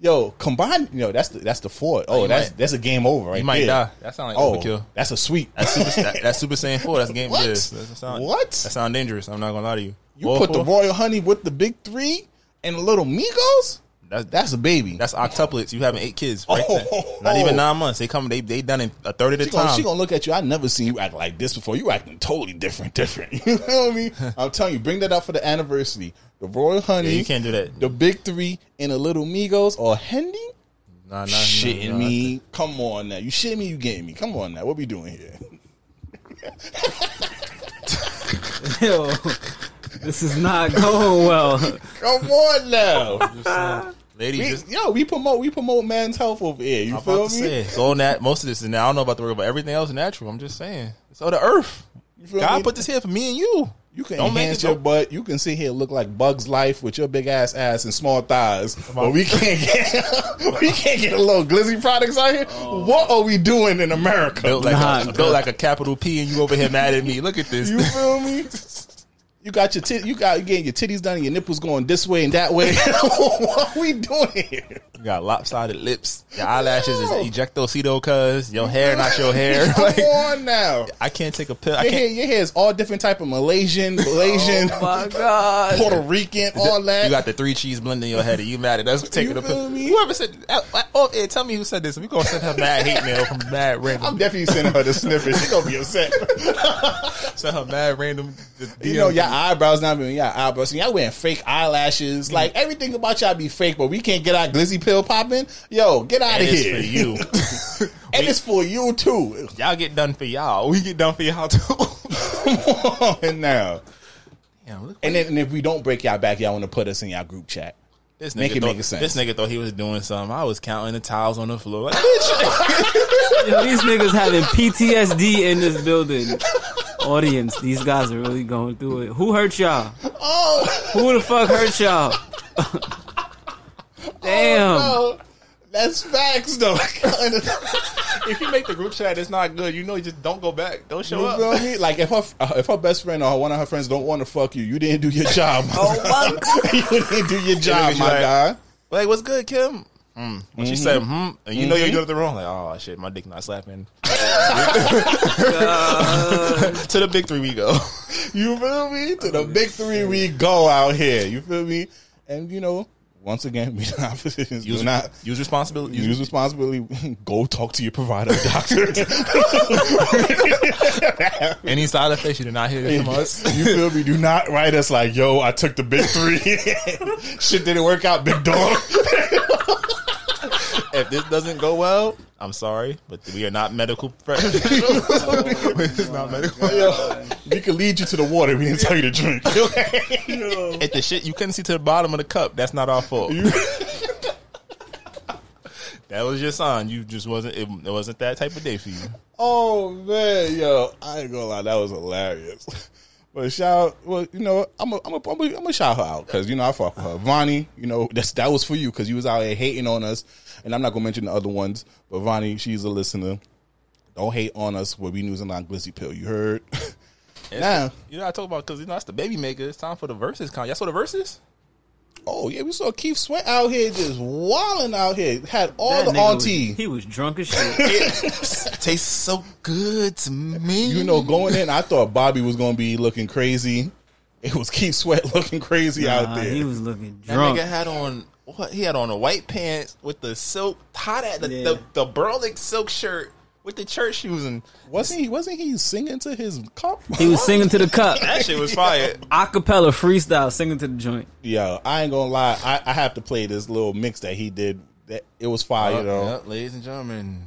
S4: Yo, combine. You know that's the that's the Ford. Oh,
S3: You
S4: that's
S3: might-
S4: that's a game over right
S3: You might
S4: there.
S3: die. That sound like
S4: oh,
S3: overkill.
S4: That's a sweet.
S3: That's super, that, that's super Saiyan four. That's game.
S4: What?
S3: yeah, that's- that sound,
S4: What?
S3: That sound dangerous. I'm not gonna lie to you.
S4: You
S3: Whoa,
S4: put the
S3: whoa.
S4: royal honey with the big three and the little Migos.
S3: That's
S4: That's a baby.
S3: That's octuplets. You having eight kids right
S4: Oh.
S3: there. Not even nine months. They come. They they done in a third of the
S4: she,
S3: time.
S4: gonna, she gonna look at you. I never seen you act like this before. You acting totally different, different. You know me? I'm telling you, bring that up for the anniversary. The royal honey.
S3: Yeah, you can't do that.
S4: The big three and the little Migos or Hendy.
S3: Nah, nah, nah,
S4: shitting
S3: nah.
S4: me. Come on now. You shitting me. You getting me. Come on now. What we doing here?
S9: Yo, this is not going well.
S4: Come on now.
S3: Ladies,
S4: we,
S3: just,
S4: yo, we promote we promote man's health over here. You
S3: I'm
S4: feel
S3: about
S4: me?
S3: to say it's all nat. Most of this is now. I don't know about the word, but everything else is natural. I'm just saying. So the earth,
S4: feel
S3: God
S4: me?
S3: put this here for me and you.
S4: You can
S3: Don't make
S4: enhance
S3: it
S4: your
S3: no-
S4: butt. You can sit here and look like Bugs Life with your big ass ass and small thighs, but we can't get we can't get a little glizzy products out here. What are we doing in America?
S3: Oh. Built like
S9: Nah,
S3: a, built like a capital P, and you over here mad at me. Look at this.
S4: You feel me? You got your tit. You got you getting your titties done. and Your nipples going this way and that way. what are we doing here?
S3: You got lopsided lips. Your eyelashes is ejectocito, cuz your hair not your hair.
S4: Come
S3: Like
S4: on now.
S3: I can't take a pill. I
S4: Your hair,
S3: can't.
S4: your hair is all different type of Malaysian,
S3: Oh
S4: Malaysian,
S9: My God.
S4: Puerto Rican, all that.
S3: You got the three cheese blend in your head, and you mad at us for taking
S4: You
S3: a pill.
S4: feel me?
S3: Whoever said, oh, hey, tell me who said this. We gonna send her mad hate mail from mad random.
S4: I'm definitely sending her the snippet. She gonna be upset.
S3: send her mad random.
S4: You know, your eyebrows not even your eyebrows. Y'all wearing fake eyelashes. Like everything about y'all be fake, but we can't get our glizzy pill popping. Yo, get out
S3: And
S4: of
S3: it's
S4: here.
S3: for you.
S4: and it's for you too.
S3: y'all get done for y'all. We get done for y'all too.
S4: Come on now.
S3: Damn, look
S4: And then and if we don't break y'all back, y'all want to put us in y'all group chat.
S3: this
S4: Make
S3: nigga
S4: it
S3: thought,
S4: make sense.
S3: This nigga thought he was doing something. I was counting the tiles on the floor. Like, bitch,
S9: Yo, these niggas having PTSD in this building. Audience, these guys are really going through it. Who hurt y'all?
S4: Oh,
S9: Who the fuck hurt y'all? Damn.
S4: Oh, no. That's facts, though.
S3: if you make the group chat, it's not good. You know, you just don't go back. Don't show
S4: you
S3: up.
S4: feel me? Like if her uh, if her best friend or one of her friends don't want to fuck you, you didn't do your job.
S3: Oh, my
S4: god, you didn't do your job,
S3: niggas
S4: my
S3: like-
S4: guy.
S3: Like, what's good, Kim? Mm. When she
S4: Mhm.
S3: said, hmm, and you know
S4: Mhm.
S3: you're doing nothing wrong, like, oh shit, my dick not slapping. to the big three we go.
S4: You feel me? To the big three, we go out here. You feel me? And you know, once again, we not physicians.
S3: Use-
S4: do not
S3: use responsibility.
S4: Use, responsibility. Go talk to your provider, doctor.
S3: Any side effects you did not hear this from us.
S4: you feel me? Do not write us like, "Yo, I took the big three. Shit didn't work out, big dog."
S3: if this doesn't go well, I'm sorry, but we are not medical professionals. Oh, it's not medical.
S4: Yo, we could lead you to the water. We didn't tell you to drink.
S3: If the shit you couldn't see to the bottom of the cup, that's not our fault. that was your sign. You just wasn't. It, it wasn't that type of day for you.
S4: Oh man, yo, I ain't gonna lie, that was hilarious. But shout, well, you know, I'm a, I'm a, I'm a, I'm a shout her out because you know I fuck with her, Vonnie. You know that's that was for you because you was out here hating on us, and I'm not gonna mention the other ones. But Vonnie, she's a listener. Don't hate on us when we using our glizzy pill. You heard? Nah.
S3: You know I talk about because you know that's the baby maker. It's time for the verses. Con, y'all saw the verses?
S4: Oh yeah, we saw Keith Sweat out here just wilding out here. Had all
S9: That
S4: the
S9: nigga was-
S4: auntie.
S9: he was drunk as shit.
S3: tastes so good to me.
S4: You know, going in, I thought Bobby was gonna be looking crazy. It was Keith Sweat looking crazy out
S9: Nah,
S4: there.
S9: He was looking
S3: That
S9: drunk.
S3: nigga had on what? He had on a white pants with the silk tied at the,
S9: Yeah.
S3: the the Berlick silk shirt with the church shoes and
S4: Wasn't he? Wasn't he singing to his cup?
S9: He was singing to the cup.
S3: that shit was fire.
S9: Acapella freestyle singing to the joint.
S4: Yo, I ain't gonna lie. I, I have to play this little mix that he did. That it was fire,
S3: Yep,
S4: though.
S3: yep, Uh, ladies and gentlemen.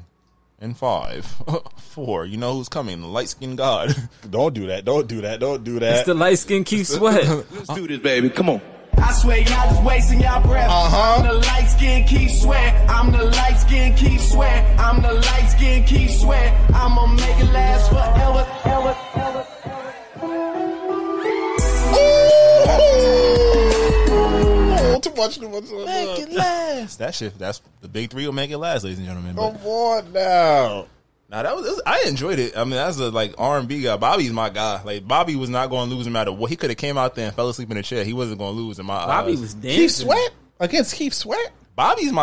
S3: In five, four, you know who's coming? The light skinned god.
S4: Don't do that. Don't do that. Don't do
S9: It's
S4: that.
S9: the light skin Keith Sweat.
S11: Let's do this, baby. Come on.
S12: I swear y'all just wasting y'all breath.
S4: Uh-huh.
S12: I'm the light skin keep sweat. I'm the light skin keep sweat. I'm the light skin keep sweat. I'ma make it last forever. Ever, ever.
S4: oh, too much, too much. Too much.
S3: it last. That shit. That's the big three will make it last, ladies and gentlemen. But,
S4: Come on now.
S3: Nah, that was, it was- I enjoyed it. I mean, that's a like R and B guy. Bobby's my guy. Like Bobby was not going to lose no matter what. He could have came out there and fell asleep in a chair. He wasn't going to lose in my
S9: Bobby
S3: eyes.
S9: was
S4: Keith
S9: dancing.
S4: Sweat against Keith Sweat.
S3: Bobby's my